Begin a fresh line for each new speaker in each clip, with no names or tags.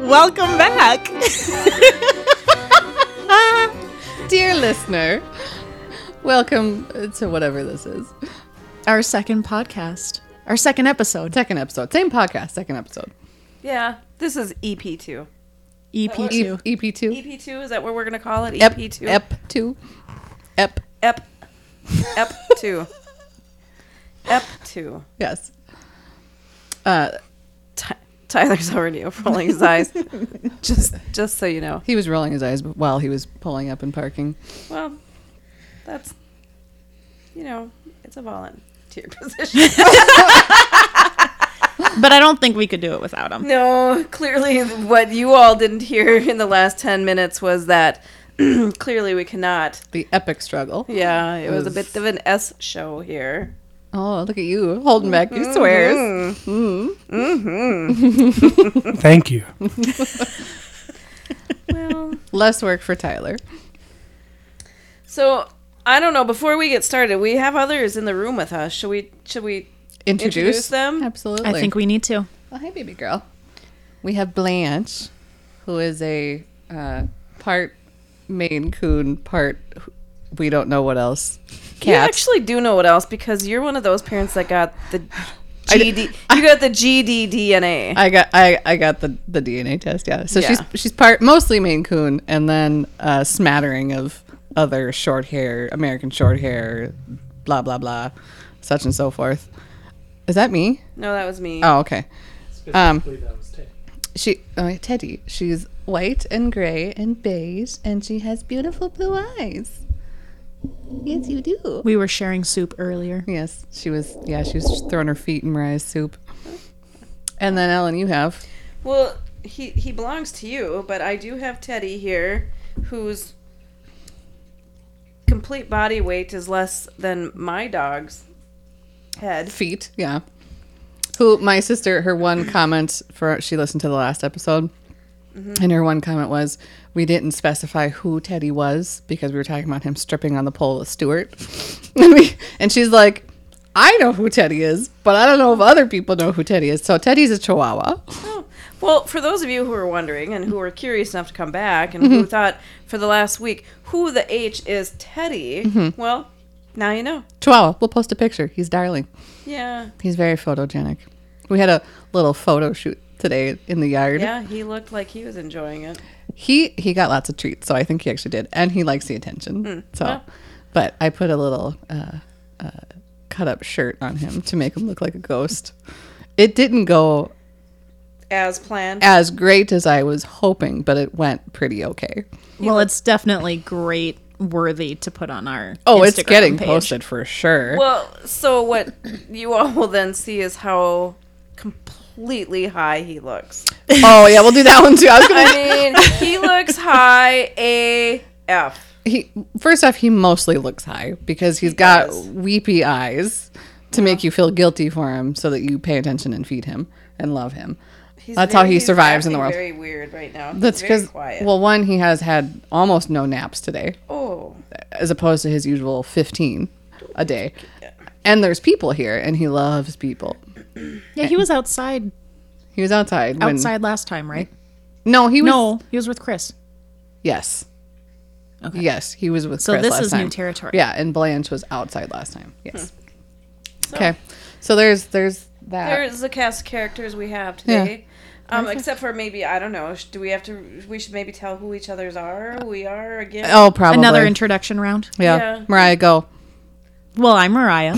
Welcome back.
Dear listener, welcome to whatever this is.
Our second podcast, our second episode,
Second episode. Same podcast, second episode.
yeah, this is E EP2.
EP2.
E- EP2.
EP2, is that what we're going to call it?
Ep,
EP2?
Ep2. Ep.
Ep. Ep2. Ep2.
Yes. Uh,
Ty- Tyler's already rolling his eyes. just, just so you know.
he was rolling his eyes while he was pulling up and parking.
Well, that's, you know, it's a volunteer position.
But I don't think we could do it without him.
no, clearly, what you all didn't hear in the last 10 minutes was that clearly we cannot.
The epic struggle.
Yeah, it was a
Oof.
bit of an S show here.
Oh, look at you holding back
Mm-hmm.
your swears.
Mm.
Thank you.
Well,
Less work for Tyler.
so I don't know. Before we get started, we have others in the room with us. Should we? Should we
Introduce,
introduce them?
Absolutely.
I think we need to.
Well, hey, baby girl. We have Blanche, who is a uh, part Maine Coon, part we don't know what else.
You
Cat.
actually do know what else because you're one of those parents that got the
I d-
GD. you got the GD DNA.
I got I, I got the, the DNA test. Yeah. So
Yeah.
she's she's part mostly Maine Coon, and then a smattering of other short hair American short hair, blah blah blah, such and so forth. Is that me?
No, that was me.
Oh, okay. Um,
Specifically, that was Ted.
She, oh, Teddy. She's white and gray and beige, and she has beautiful blue eyes. Yes, you do.
We were sharing soup earlier.
Yes, she was. Yeah, she was just throwing her feet in Mariah's soup. And then Ellen, you have
Well, he he belongs to you, but I do have Teddy here, whose complete body weight is less than my dog's head.
feet. Yeah. Who my sister? Her one comment for she listened to the last episode, and her one comment was, "We didn't specify who Teddy was because we were talking about him stripping on the pole with Stuart," and, we, and she's like. I know who Teddy is, but I don't know if other people know who Teddy is. So Teddy's a Chihuahua.
Oh. Well, for those of you who are wondering and who are curious enough to come back and
Mm-hmm.
who thought for the last week who the H is Teddy,
Mm-hmm.
well, now you know.
Chihuahua. We'll post a picture. He's darling.
Yeah.
He's very photogenic. We had a little photo shoot today in the yard.
Yeah, he looked like he was enjoying it.
He he got lots of treats, so I think he actually did, and he likes the attention. So,
well.
but I put a little uh, uh, cut up shirt on him to make him look like a ghost. It didn't go
As planned.
as great as I was hoping, but it went pretty okay.
Well, it's definitely great, worthy to put on our.
Oh, it's
Instagram
getting
page.
posted for sure.
Well, so what you all will then see is how completely high he looks.
oh yeah, we'll do that one too. I was gonna
I mean, he looks high AF.
he first off he mostly looks high because he's got
does.
weepy eyes to make you feel guilty for him so that you pay attention and feed him and love him
He's
that's how
very-
he
he's
survives in the
acting
world
Very weird right now. He's
that's
very
because
quiet.
well one he has had almost no naps today
oh,
as opposed to his usual 15 a day and there's people here and he loves people
Yeah, he was outside
he was outside when,
outside last time, right?
no he was
No, he was with Chris.
yes
Okay.
yes he was with
So
Chris
this
last
is new
time.
territory.
yeah and blanche was outside last time
Hmm.
yes okay so there's there's that
there's the cast of characters we have today. Um, except for maybe I don't know. sh- Do we have to? We should maybe tell who each other's are. Who we are again.
Oh, probably
Another introduction round.
yeah.
Yeah.
Mariah, go.
Well, I'm Mariah.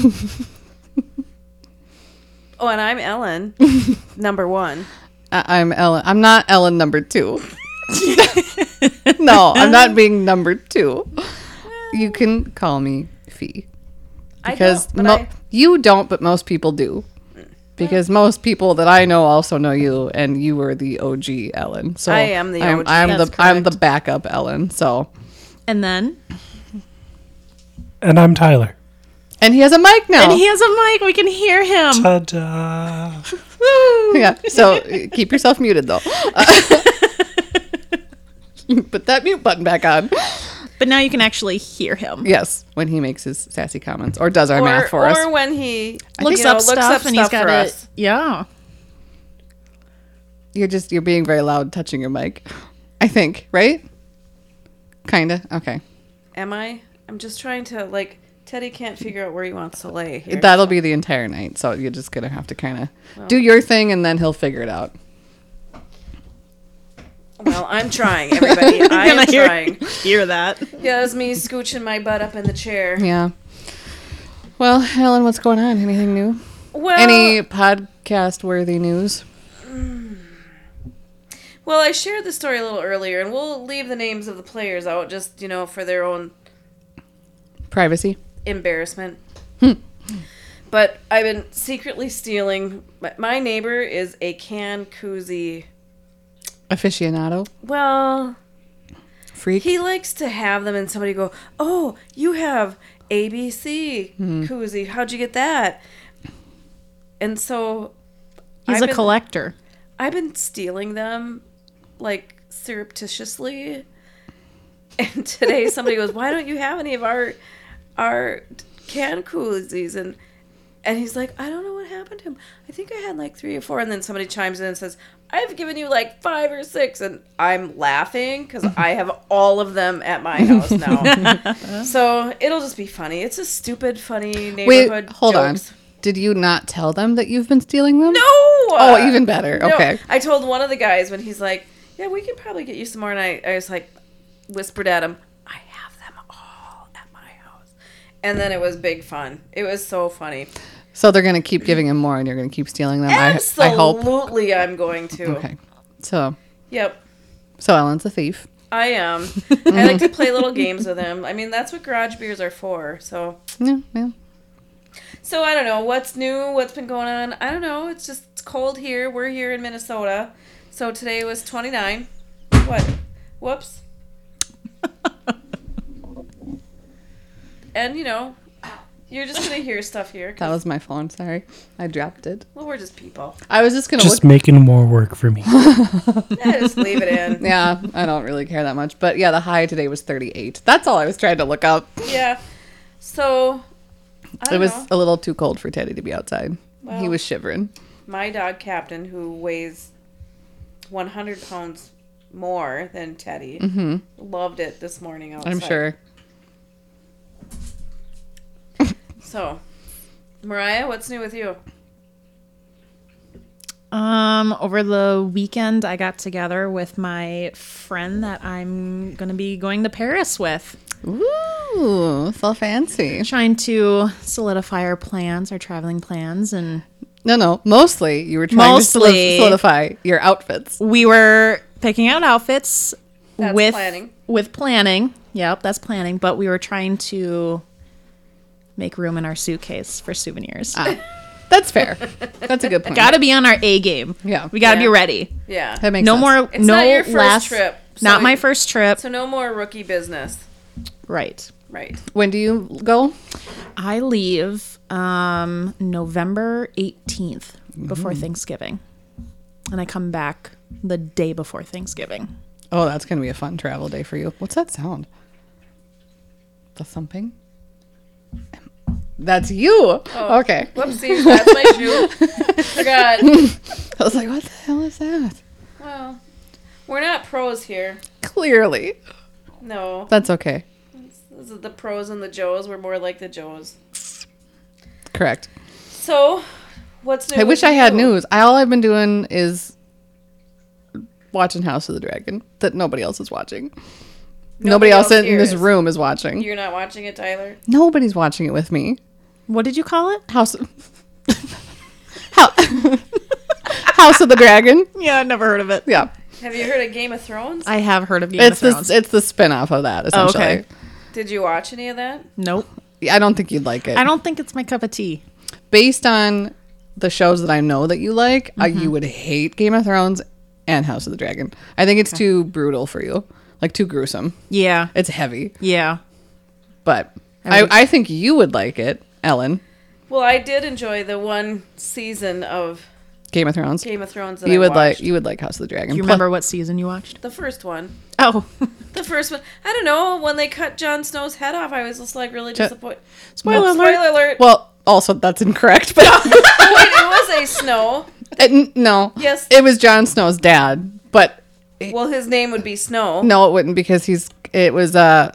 Oh, and I'm Ellen, number one.
I- I'm Ellen. I'm not Ellen number two. no, I'm not being number two. You can call me Fee because
I don't, but
mo-
I,
you don't, but most people do. Because most people that I know also know you, and you were the OG Ellen. So
I am the
I'm,
OG.
I'm the
That's
I'm the
correct.
backup Ellen. So
and then.
And I'm Tyler.
and he has a mic now.
And he has a mic. We can hear him.
Ta-da.
yeah. So keep yourself muted though. Put that mute button back on.
But now you can actually hear him.
Yes, when he makes his sassy comments or does our
or,
math for
or
us.
when he
looks
you know,
up stuff and he's got
for
a
us.
yeah.
You're just you're being very loud, touching your mic. I think, right? Kinda. Okay.
Am I? I'm just trying to like. Teddy can't figure out where he wants to lay. Here.
That'll be the entire night. So you're just gonna have to kind of do your thing, and then he'll figure it out.
well, I'm trying, everybody. I
Can
am
hear,
trying.
hear that.
Yeah, that's me scooching my butt up in the chair.
Yeah. Well, Helen, what's going on? Anything new?
Well,
Any podcast worthy news?
Well, I shared the story a little earlier, and we'll leave the names of the players out just, you know, for their own
Privacy.
embarrassment. but I've been secretly stealing. my- My neighbor is a can koozie.
Aficionado.
Well,
Freak.
he likes to have them, and somebody go, "Oh, you have ABC koozie. How'd you get that?" And so
He's
I've
a
been-
collector.
I've been stealing them like surreptitiously. And today somebody goes, "Why don't you have any of our our can koozies?" And and he's like, "I don't know what happened to him. I think I had like three or four. And then somebody chimes in and says, "I've given you like five or six. And I'm laughing because I have all of them at my house now. so it'll just be funny. It's a stupid, funny
Wait,
neighborhood.
hold
jokes.
on. Did you not tell them that you've been stealing them?
No.
Oh, even better. Okay.
I told one of the guys when he's like, "Yeah, we can probably get you some more," and I, I was like, whispered at him, "I have them all at my house," and then it was big fun. It was so funny.
So they're gonna keep giving him more, and you're gonna keep stealing them. I, I hope.
Absolutely, I'm going to.
Okay. So,
Yep.
so Ellen's a thief.
I am. I like to play little games with him. I mean, that's what garage beers are for. So,
Yeah, yeah.
so I don't know what's new, what's been going on. I don't know. It's just it's cold here. We're here in Minnesota, so today was 29. What? Whoops. And you know, you're just gonna hear stuff here. 'cause-
That was my phone. Sorry, I dropped it.
well, we're just people.
I was just gonna
Just
look.
making more work for me.
Yeah, just leave it in.
Yeah, I don't really care that much. But yeah, the high today was 38. That's all I was trying to look up.
Yeah. So. I
It
don't
was
know.
a little too cold for Teddy to be outside. he
Well.
was shivering.
my dog Captain, who weighs 100 pounds more than Teddy, loved it this morning. Outside.
Mm-hmm. I'm sure.
So, Mariah, what's new with you?
Um, over the weekend, I got together with my friend that I'm gonna be going to Paris with,
Ooh, so fancy.
trying to solidify our plans, our traveling plans, and
No, no. Mostly, you were trying to
Mostly.
soli- solidify your outfits.
we were picking out outfits
That's
with
planning.
with planning. Yep, that's planning. But we were trying to make room in our suitcase for souvenirs.
Ah.
That's fair. That's a good point.
Got to be on our A game.
Yeah.
we got to
Yeah.
be ready.
Yeah.
That makes
No
sense.
more.
It's
no
not your first
last
trip, so
not my
you-
first trip.
So, no more rookie business.
right.
Right.
When do you go?
I leave um, November 18th before
Mm-hmm.
Thanksgiving. And I come back the day before Thanksgiving.
Oh, that's going to be a fun travel day for you. What's that sound? The thumping? That's you. Okay.
Whoopsie, that's my shoe. Forgot.
I was like, what the hell is that?
Well, we're not pros here.
Clearly.
No.
That's okay.
This is the pros and the Joes. We're more like the Joes.
Correct.
So, what's new?
I
with
wish I had
you?
news. All I've been doing is watching House of the Dragon that nobody else is watching. Nobody, else, in
here
this
is.
room is watching.
You're not watching it, Tyler?
Nobody's watching it with me.
What did you call it?
House of How- House of the Dragon.
Yeah, I've never heard of it.
Yeah.
Have you heard of Game of Thrones?
I have heard of Game
It's
of Thrones.
the it's the spin-off of that
Oh,
essentially.
okay.
Did you watch any of that?
Nope.
Yeah, I don't think you'd like it.
I don't think it's my cup of tea.
Based on the shows that I know that you like, uh, you would hate Game of Thrones and House of the Dragon. I think it's too brutal for you. Like too gruesome.
Yeah.
It's heavy.
Yeah.
But
I
I,
would-
I think you would like it, Ellen.
Well, I did enjoy the one season of
Game of Thrones.
Game of Thrones. That
you
I
would like
watched.
you would like House of the Dragon.
Do you
Plus-
remember what season you watched?
the first one.
Oh,
The first one. I don't know when they cut Jon Snow's head off. I was just like really disappointed.
spoiler
Spoiler
alert.
alert!
Well, also that's incorrect, but
Wait, it was a snow.
It, n- no.
Yes.
It was Jon Snow's dad, but
Well, his name would be Snow.
no, it wouldn't because he's. It was uh.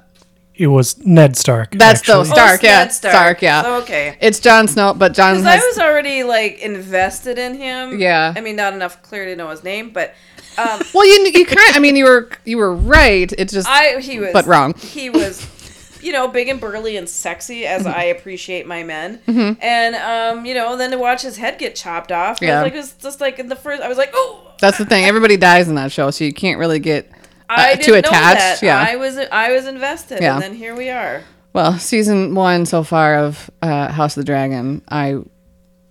It was Ned Stark.
That's
actually.
the Stark.
it's
yeah,
Oh, Ned Stark.
Stark. yeah.
Oh, okay.
It's Jon Snow, but Jon
Because I
has.
was already like invested in him.
Yeah.
I mean, not enough clearly to know his name, but um,
well, you you kind. I mean, you were you were right. It's just
I he was
But wrong.
He was, you know, big and burly and sexy as
Mm-hmm.
I appreciate my men. And um, you know, then to watch his head get chopped off, I
Yeah.
was like, it was just like in the first. I was like, oh.
that's the thing. Everybody dies in that show, so you can't really get uh,
I didn't
too
know that.
attached. Yeah.
I was I was invested,
Yeah.
and then here we are.
Well, season one so far of uh, House of the Dragon, I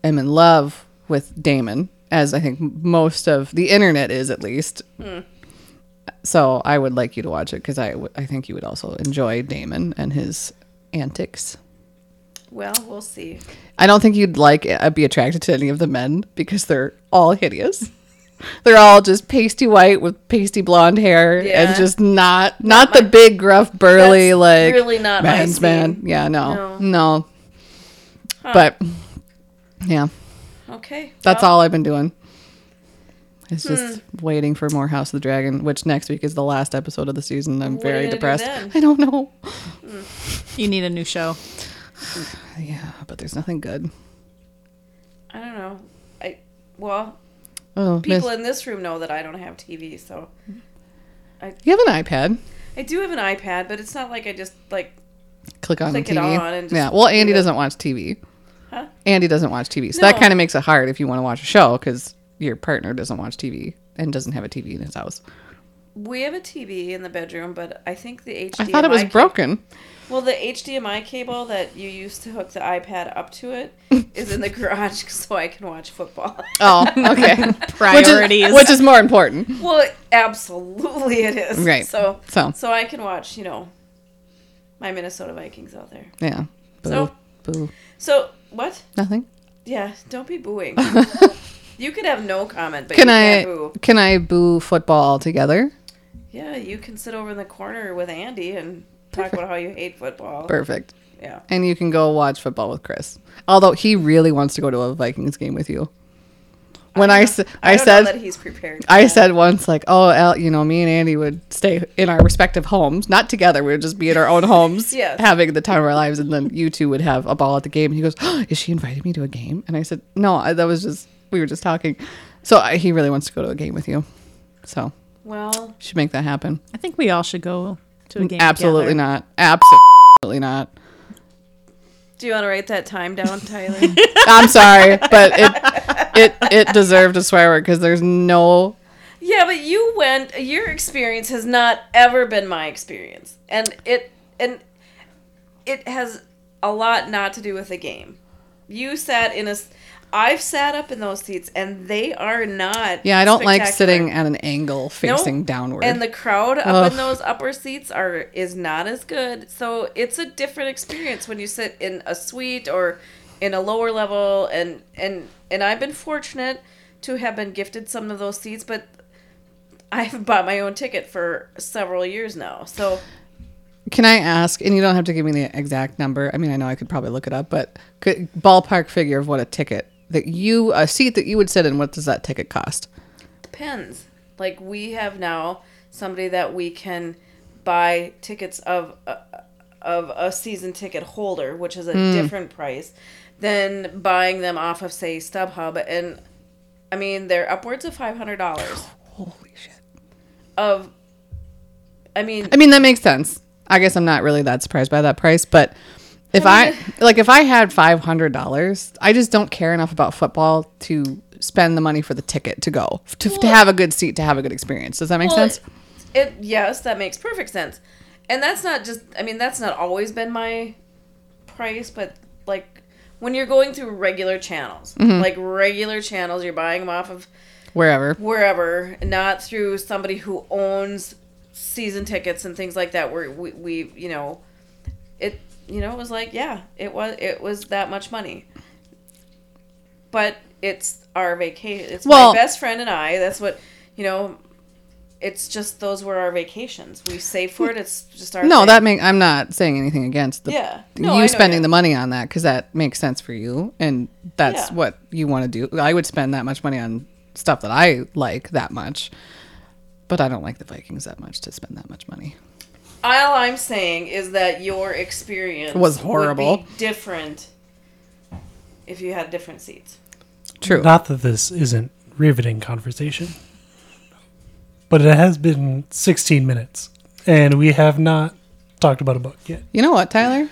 am in love with Damon, as I think m- most of the internet is, at least.
Hmm.
So I would like you to watch it because I, w- I think you would also enjoy Damon and his antics.
Well, we'll see.
I don't think you'd like uh, be attracted to any of the men because they're all hideous. they're all just pasty white with pasty blonde hair
Yeah.
and just not not, the big gruff burly
That's
like
really not my
man's man.
scene.
Yeah, no,
No.
no. But yeah,
Okay,
that's
well,
all I've been doing. It's
Hmm.
just waiting for more House of the Dragon, which next week is the last episode of the season. I'm
What are
very
you gonna do
depressed.
then?
I don't know.
You need a new show.
Yeah, but there's nothing good.
I don't know. I well,
Oh,
people
miss-
in this room know that I don't have TV, so
you have an iPad.
I do have an iPad, but it's not like I just like
click on
Click
the
it
TV.
on and just
yeah. Well, Andy
do it.
doesn't watch TV.
Huh?
Andy doesn't watch TV, so
No.
that kind of makes it hard if you want to watch a show because your partner doesn't watch TV and doesn't have a TV in his house.
we have a TV in the bedroom, but I think the HDMI
I thought it was
ca-
broken.
Well, the HDMI cable that you used to hook the iPad up to it is in the garage, so I can watch football.
Oh, okay. Which
Priorities.
is, which is more important.
well, absolutely it is.
Right.
So
So.
so I can watch, you know, my Minnesota Vikings out there.
Yeah. Boo.
So-
boo.
So what?
Nothing.
Yeah, don't be booing. you could have no comment, but
Can
you
I
can't boo.
can I boo football altogether?
Yeah, you can sit over in the corner with Andy and talk about how you hate football.
Perfect.
Yeah.
And you can go watch football with Chris. Although he really wants to go to a Vikings game with you. When I, s- I,
I, don't
said
know that he's prepared. for
I
that.
said once, like, oh, Al, you know, me and Andy would stay in our respective homes, not together. We would just be in our own homes,
Yes.
having the time of our lives, and then you two would have a ball at the game. And he goes, oh, is she inviting me to a game? And I said, no, I, that was just we were just talking. So I, he really wants to go to a game with you. So
Well,
should make that happen.
I think we all should go to a game.
Absolutely
together.
not. Absolutely not.
do you want to write that time down, Tyler?
I'm sorry, but it it it deserved a swear word because there's no
yeah, but you went. Your experience has not ever been my experience, and it and it has a lot not to do with the game. You sat in a. s- I've sat up in those seats, and they are not.
yeah. I don't like
spectacular.
sitting at an angle
No,
facing downward.
And the crowd up
Ugh.
in those upper seats are is not as good. So it's a different experience when you sit in a suite or in a lower level and and and I've been fortunate to have been gifted some of those seats, but I have bought my own ticket for several years now. So
Can I ask, and you don't have to give me the exact number. I mean, I know I could probably look it up, but could, ballpark figure of what a ticket that you, a seat that you would sit in, what does that ticket cost?
depends. Like we have now somebody that we can buy tickets of uh, of a season ticket holder, which is a
Hmm.
different price than buying them off of say StubHub, and I mean they're upwards of five hundred dollars.
Holy shit.
Of, I mean,
I mean, that makes sense. I guess I'm not really that surprised by that price, but if I, like, if I had $500, I just don't care enough about football to spend the money for the ticket to go, to, to have a good seat, to have a good experience. Does that make
Well,
sense?
It, it- yes, that makes perfect sense. And that's not just I mean that's not always been my price, but like when you're going through regular channels, like regular channels, you're buying them off of
Wherever.
wherever, not through somebody who owns season tickets and things like that. Where we, we you know, it you know it was like yeah, it was it was that much money, but it's our vacation. It's
Well-
my best friend and I. That's what you know. it's just those were our vacations. We save for it. It's just our
No,
thing.
that make I'm not saying anything against the
Yeah. No, I know,
you spending
yeah.
the money on that because that makes sense for you and that's
Yeah.
what you want to do. I would spend that much money on stuff that I like that much, but I don't like the Vikings that much to spend that much money.
all I'm saying is that your experience
Was
would be
horrible.
different if you had different seats.
True.
Not that this isn't riveting conversation, but it has been 16 minutes, and we have not talked about a book yet.
you know what, Tyler?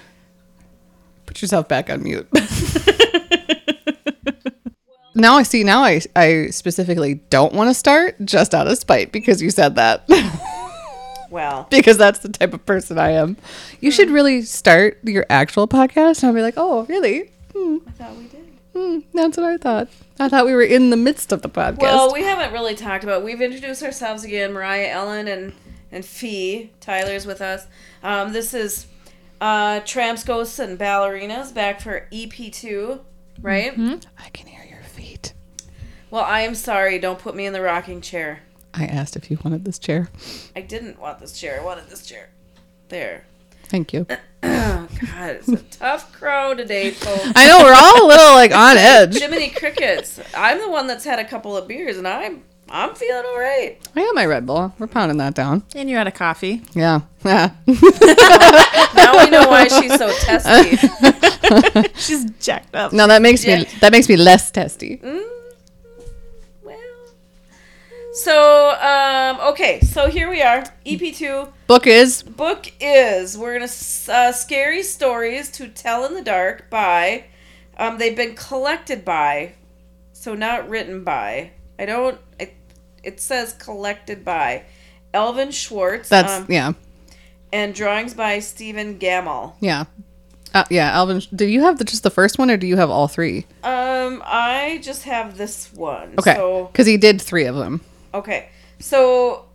Put yourself back on mute. now I see. Now I I specifically don't want to start just out of spite because you said that.
Well,
because that's the type of person I am. You should really start your actual podcast, and I'll be like, "Oh, really?
I thought we did.
Hmm, that's what I thought. I thought we were in the midst of the podcast."
Well, we haven't really talked about. We've introduced ourselves again. Mariah, Ellen, and and Fee. Tyler's with us. Um, this is uh, Tramps, Ghosts, and Ballerinas back for EP two, right?
I can hear your feet.
Well, I am sorry. Don't put me in the rocking chair.
I asked if you wanted this chair.
I didn't want this chair. I wanted this chair. There.
Thank you.
Oh God, it's a tough crow today, folks.
I know we're all a little like on edge.
Jiminy crickets. I'm the one that's had a couple of beers, and I'm I'm feeling all right.
I got my Red Bull. We're pounding that down.
And you had a coffee.
Yeah. Yeah.
Now we know why she's so testy.
She's jacked up.
no, that makes me
Yeah.
that makes me less testy.
Mm, Well. So, um, okay, so here we are. EP2.
Book is
Book is we're gonna s- uh, scary stories to tell in the dark by. Um, they've been collected by, so not written by. I don't. It, it says collected by, Elvin Schwartz.
that's
um,
yeah
and drawings by Stephen Gamel.
yeah. Uh, yeah, Alvin, do you have the, just the first one or do you have all three?
Um, I just have this one.
Okay.
So
Because he did three of them.
Okay. So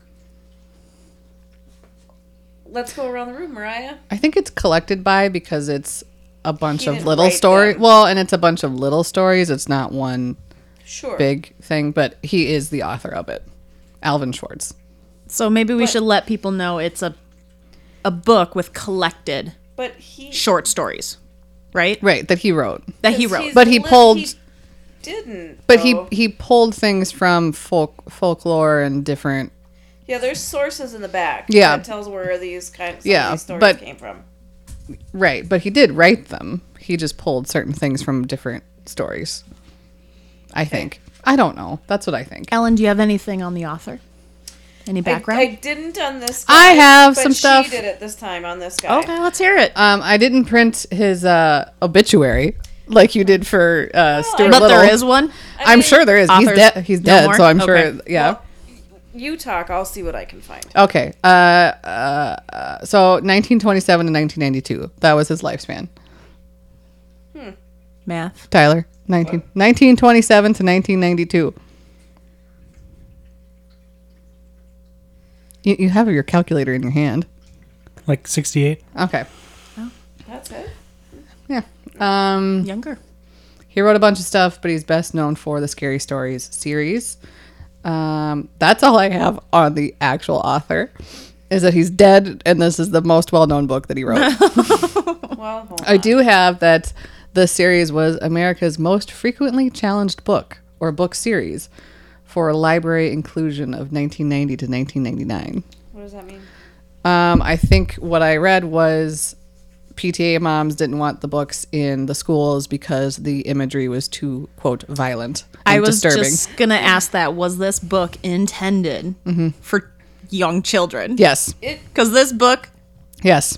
let's go around the room, Mariah.
I think it's collected by because it's a bunch
He
of
didn't
little
write
stories.
them.
Well, and it's a bunch of little stories. It's not one
Sure.
big thing, but he is the author of it, Alvin Schwartz.
So maybe we should let people know it's a a book with collected
But he
short stories, right?
Right, that he wrote,
That he
because
wrote.
he's
But he
li-
pulled-
didn't.
but he
though.
he pulled things from folk folklore and different.
Yeah, there's sources in the back.
Yeah.
That tells where these kinds of
Yeah,
these stories
but-
came from.
Right, but he did write them. He just pulled certain things from different stories. I think. I don't know. That's what I think.
Ellen, do you have anything on the author? Any
I-
background?
I, didn't on this
I have
but
some
she
stuff.
did it this time on this guy.
okay, let's hear it.
Um, I didn't print his uh, obituary like you did for uh, Stuart
but there
Little.
is one.
I am
mean-
sure there is. He's
Authors?
dead. He's
No
dead.
more?
so I'm
Okay.
sure. Yeah.
You talk, I'll see what I can find.
okay. Uh, uh, uh, so 1927 to 1992. That was his lifespan.
Math.
Tyler. 19, 1927 to 1992. You, you have your calculator in your hand.
Like 68.
Okay.
That's it.
Yeah. Um,
Younger.
He wrote a bunch of stuff, but he's best known for the Scary Stories series. Um, that's all I have on the actual author, is that he's dead, and this is the most well-known book that he wrote.
Well, hold
I do have that the series was America's most frequently challenged book or book series for library inclusion of 1990 to 1999.
What does that mean?
Um, I think what I read was PTA moms didn't want the books in the schools because the imagery was too quote violent and
I was
disturbing.
just gonna ask that. Was this book intended for young children?
Yes,
It.
Because this book
yes.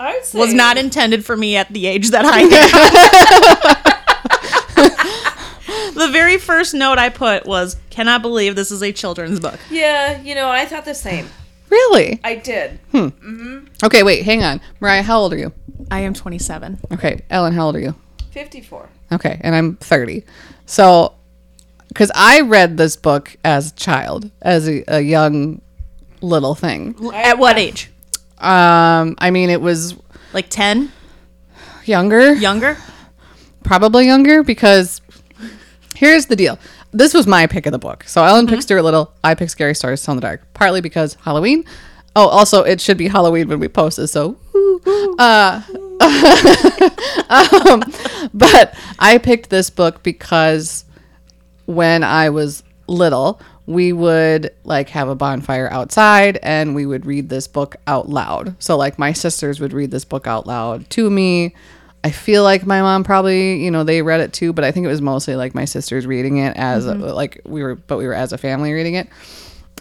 I'd say
was not intended for me at the age that I am. the very first note I put was, "Cannot believe this is a children's book."
Yeah, you know, I thought the same.
Really?
I did.
Okay, wait, hang on. Mariah, how old are you?
I am 27.
Okay, Ellen, how old are you?
Fifty-four.
Okay, and I'm 30. So, because I read this book as a child, as a, a young little thing.
L- at what age?
Um, I mean, it was
Like 10?
younger,
Younger?
probably younger, because here's the deal this was my pick of the book. So Ellen picked Stuart Little. I picked Scary Stories to Tell in the Dark, partly because Halloween. Oh, also it should be Halloween when we post this. So, uh, um, but I picked this book because when I was little, we would like have a bonfire outside and we would read this book out loud. So like my sisters would read this book out loud to me. I feel like my mom probably, you know, they read it too, but I think it was mostly like my sisters reading it as
Mm-hmm.
a, like we were but we were as a family reading it.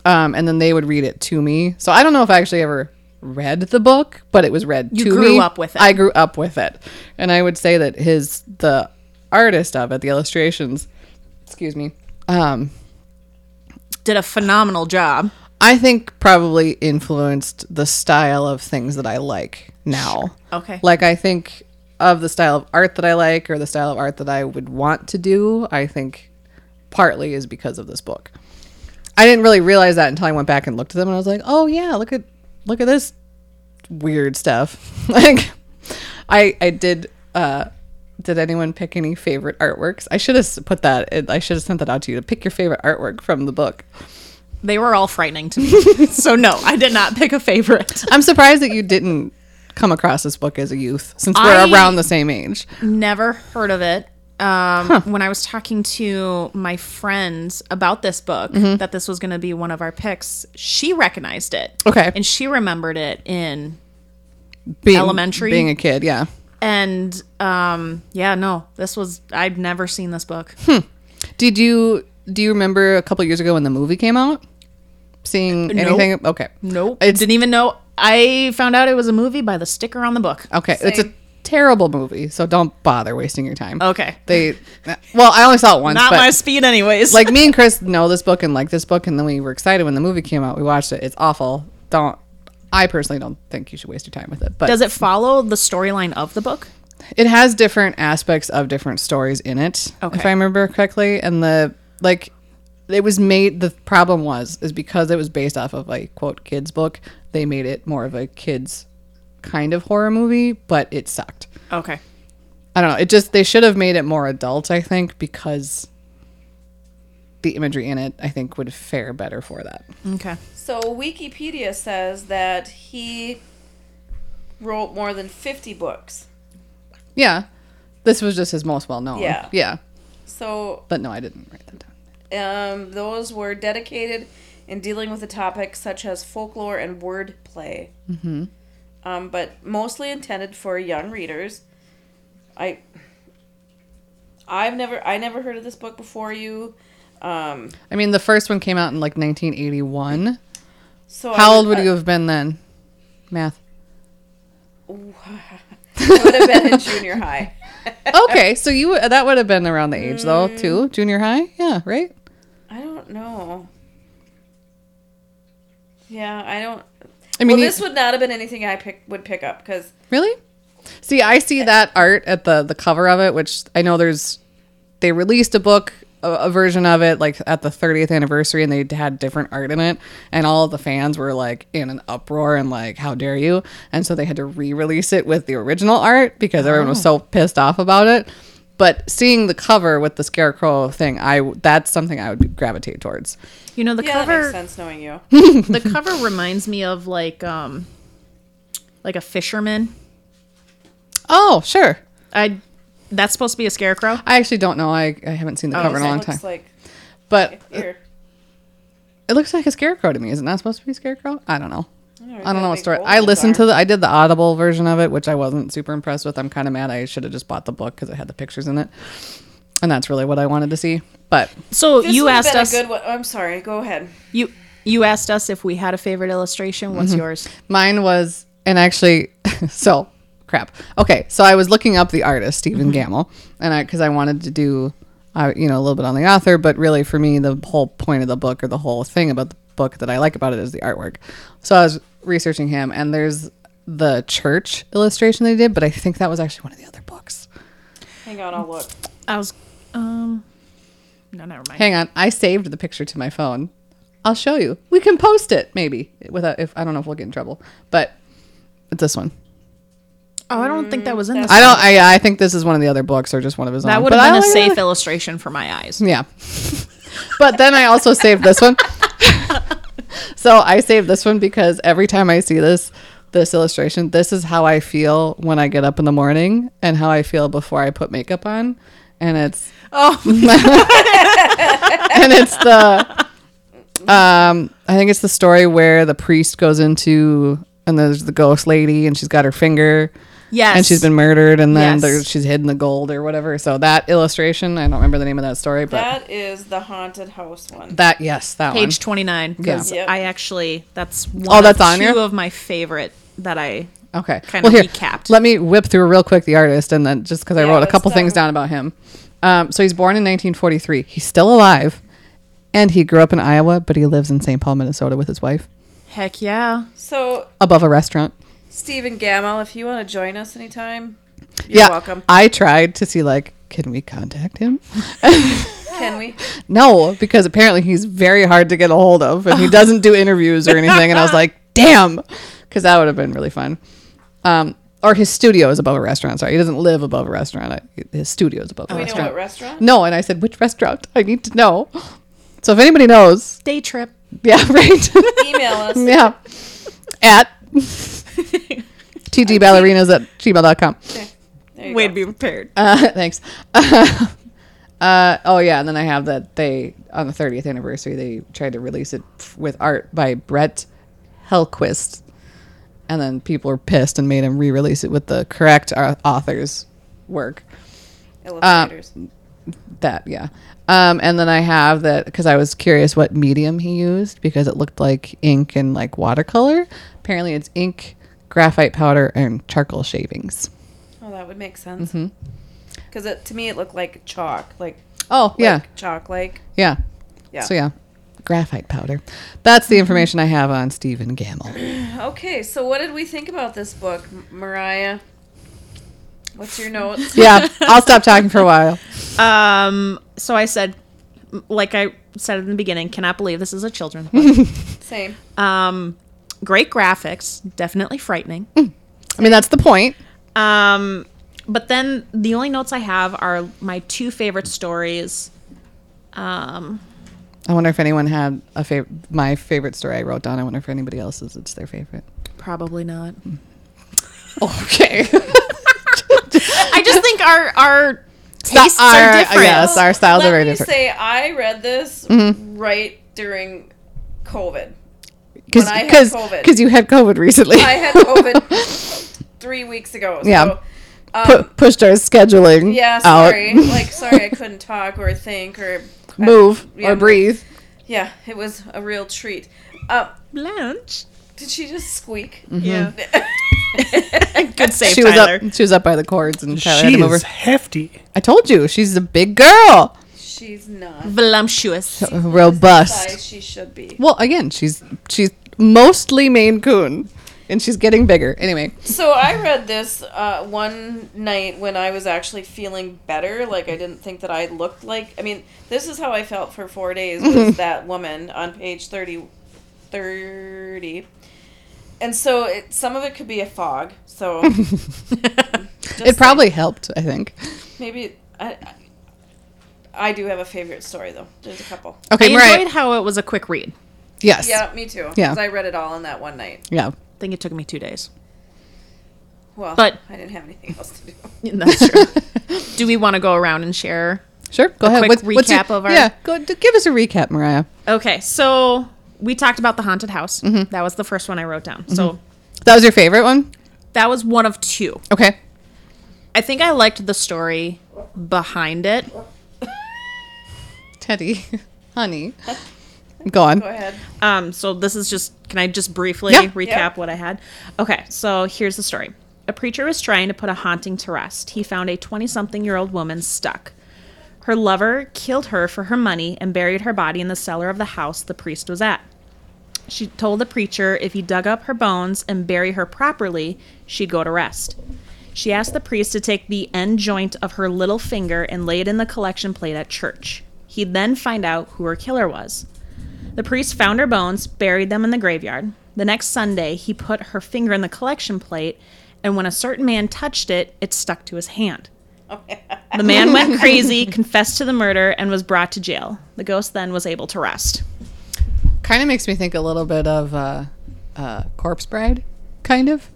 Um, and then they would read it to me. So I don't know if I actually ever read the book, but it was read
You
to
grew
me.
up with it.
I grew up with it. And I would say that his the artist of it, the illustrations, excuse me, um,
Did a phenomenal job.
I think probably influenced the style of things that I like now.
Okay.
Like I think of the style of art that I like or the style of art that I would want to do, I think partly is because of this book. I didn't really realize that until I went back and looked at them and I was like, "Oh yeah, look at look at this weird stuff." like I I did uh did anyone pick any favorite artworks? I should have s- put that I should have sent that out to you to pick your favorite artwork from the book.
They were all frightening to me. so no, I did not pick a favorite.
I'm surprised that you didn't come across this book as a youth since we're
I-
around the same age.
Never heard of it. Um, When I was talking to my friends about this book, that this was going to be one of our picks, she recognized it.
Okay.
And she remembered it in.
Being,
elementary.
Being a kid, yeah.
And um, yeah, no, this was. I'd never seen this book.
Did you do you remember a couple years ago when the movie came out? Seeing anything? Okay.
Nope.
It's
didn't even know. I found out it was a movie by the sticker on the book.
okay. It's a
Same.
terrible movie, so don't bother wasting your time.
Okay.
They well, I only saw it once,
Not
but
my speed, anyways.
like me and Chris know this book and like this book, and then we were excited when the movie came out. We watched it. It's awful. Don't. I personally don't think you should waste your time with it. But
does it follow the storyline of the book?
It has different aspects of different stories in it,
Okay.
if I remember correctly. And the like, it was made. The problem was is because it was based off of a quote kids book. They made it more of a kids kind of horror movie, but it sucked.
Okay.
I don't know. It just they should have made it more adult. I think because the imagery in it, I think, would fare better for that.
Okay.
So Wikipedia says that he wrote more than 50 books.
Yeah, this was just his most well known.
Yeah.
yeah.
So
But no, I didn't write that down.
um, those were dedicated in dealing with a topic such as folklore and wordplay, mm-hmm. um, but mostly intended for young readers. I, I've never, I never heard of this book before you. Um,
I mean, the first one came out in like 1981.
so I
How old
I-
would you have been then? Math.
I would have been in junior high.
Okay, so you that would have been around the age though,
Mm.
too. Junior high? Yeah, right?
I don't know. Yeah, I don't.
I mean,
well,
you-
this would not have been anything I pick would pick up because
really? See, I see that art at the the cover of it, which I know there's they released a book a, a version of it like at the 30th anniversary and they had different art in it and all the fans were like in an uproar and like how dare you and so they had to re-release it with the original art because everyone was so pissed off about it but seeing the cover with the scarecrow thing i w- that's something i would gravitate towards
You know the
yeah, that makes
cover.
sense knowing you.
The cover reminds me of like um, like a fisherman.
oh sure
I. That's supposed to be a scarecrow.
I actually don't know. I, I haven't seen the cover in a
It
long
looks
time. Uh,
like
but
here.
it looks like a scarecrow to me. Is it not supposed to be a scarecrow? I don't know.
know
I
what
don't know
big
what story.
old
I
ones
listened
are.
to the. I did the Audible version of it, which I wasn't super impressed with. I'm kind of mad. I should have just bought the book because it had the pictures in it, and that's really what I wanted to see. But
So
This
you
would've
asked
been
us.
A good one. I'm sorry. Go ahead.
You you asked us if we had a favorite illustration.
Mm-hmm.
What's yours?
Mine was, and actually, so crap. Okay, so I was looking up the artist Stephen Gamble, and I because I wanted to do, uh, you know, a little bit on the author, but really for me, the whole point of the book or the whole thing about the book that I like about it is the artwork. So I was researching him, and there's the church illustration they did, but I think that was actually one of the other books.
Hang on, I'll look.
I was. Um. No, never mind.
Hang on, I saved the picture to my phone. I'll show you. We can post it maybe without if I don't know if we'll get in trouble, but it's this one.
Oh, I don't think that was in this.
I don't. I I think this is one of the other books or just one of his own.
That would
but
have
I
been a
like it. Mm.
safe illustration for my eyes.
Yeah. But then I also saved this one. so I saved this one because every time I see this this illustration, this is how I feel when I get up in the morning and how I feel before I put makeup on. And it's
Oh.
and it's the um I think it's the story where the priest goes into and there's the ghost lady and she's got her finger
Yes.
and she's been murdered and then
Yes.
there's she's hidden the gold or whatever. So that illustration, I don't remember the name of that story, but
That is the haunted house one.
that yes, that one.
page 29 because
Yeah. Yep.
I actually that's one
Oh, that's
of
on Oh.
two
your-
of my favorite that I
Okay.
Kinda
well, here,
recapped.
Let me whip through real quick the artist and then just because I
Yeah,
wrote a
let's
couple
start
things
with-
down about him. Um, so he's born in 1943. He's still alive and he grew up in Iowa, but he lives in St. Paul, Minnesota with his wife
heck yeah
So,
above a restaurant.
Stephen Gamel, if you want to join us anytime, you're
yeah.
welcome.
I tried to see, like, can we contact him?
Can we?
No, because apparently he's very hard to get a hold of and he doesn't do interviews or anything. And I was like, damn, because that would have been really fun. Um, or his studio is above a restaurant. Sorry, he doesn't live above a restaurant. I- His studio is above a
We know
restaurant.
what restaurant?
No, and I said, which restaurant? I need to know. So if anybody knows,
day trip
yeah, right.
Email us.
yeah. At tgballerinas at gmail.com.
There you
way
go.
to be prepared
Uh, thanks. Uh, oh, yeah. And then I have that they, on the 30th anniversary, they tried to release it with art by Brett Helquist. And then people were pissed and made him re release it with the correct au- author's work.
Illustrators.
Uh, that yeah um and then i have that because i was curious what medium he used because it looked like ink and like watercolor apparently it's ink graphite powder and charcoal shavings
oh, that would make sense.
mm-hmm.
Because to me, it looked like chalk, like
oh yeah
like chalk, like
yeah
yeah. Mm-hmm.
so yeah graphite powder that's the information i have on stephen gamel
Okay, so what did we think about this book, M- Mariah? What's your notes?
yeah i'll stop talking for a while
um so I said like I said in the beginning cannot believe this is a children's book
Same.
um great graphics definitely frightening
i mean that's the point
Um, but then the only notes I have are my two favorite stories. Um,
i wonder if anyone had a favorite my favorite story i wrote down i wonder if anybody else's it's their favorite
probably not.
okay
I just think our our tastes
our-
are different.
yes, our styles
Let
are very
me
different.
say, I read this
Mm-hmm.
right during COVID. When I had
because
COVID.
because you had covid recently
I had COVID three weeks ago. So,
Yeah.
Um,
pu- pushed our scheduling
yeah,
out.
sorry. like, sorry, I couldn't talk or think or
move
Yeah.
or breathe.
Yeah, it was a real treat. Uh,
Blanche.
did she just squeak?
Yeah.
Mm-hmm.
Good save,
She was
Tyler.
up. She was up by the cords, and Tyler had
she
him
is
over.
hefty.
I told you, she's a big girl,
She's not.
Voluptuous.
Size
robust.
she should be.
Well, again, she's she's mostly Maine Coon, and she's getting bigger. Anyway,
So I read this uh, one night when I was actually feeling better. Like I didn't think that I looked like. I mean, this is how I felt for four days. Was that woman on page 30, 30. And so it, some of it could be a fog. So just
it probably helped. I think.
like, maybe I, I. I do have a favorite story though. There's a couple.
Okay,
I
right.
enjoyed how it was a quick read.
Yes. Yeah.
Yeah, me too.
Yeah.
Because I read it all in that one night.
Yeah.
I think it took me two days.
Well,
But-
I didn't have anything else to do.
That's true. Do we want to go around and share?
Sure. Go ahead.
quick
What's- what's your-
recap of our-
Yeah. Go d- give us a recap, Mariah.
Okay, so we talked about the haunted house. That was the first one I wrote down. So
That was your favorite one.
that was one of two.
Okay.
I think I liked the story behind it.
Teddy, honey, go on.
Go ahead.
Um, so this is just can I just briefly
Yeah.
recap
Yeah.
what I had? Okay, so here's the story. A preacher was trying to put a haunting to rest. He found a 20-something-year-old woman stuck. Her lover killed her for her money and buried her body in the cellar of the house the priest was at. She told the preacher if he dug up her bones and bury her properly, she'd go to rest. She asked the priest to take the end joint of her little finger and lay it in the collection plate at church. He'd then find out who her killer was. The priest found her bones, buried them in the graveyard. The next Sunday, he put her finger in the collection plate, and when a certain man touched it, it stuck to his hand. The man went crazy, confessed to the murder, and was brought to jail. The ghost then was able to rest.
Kind of makes me think a little bit of uh, uh, Corpse Bride, kind of.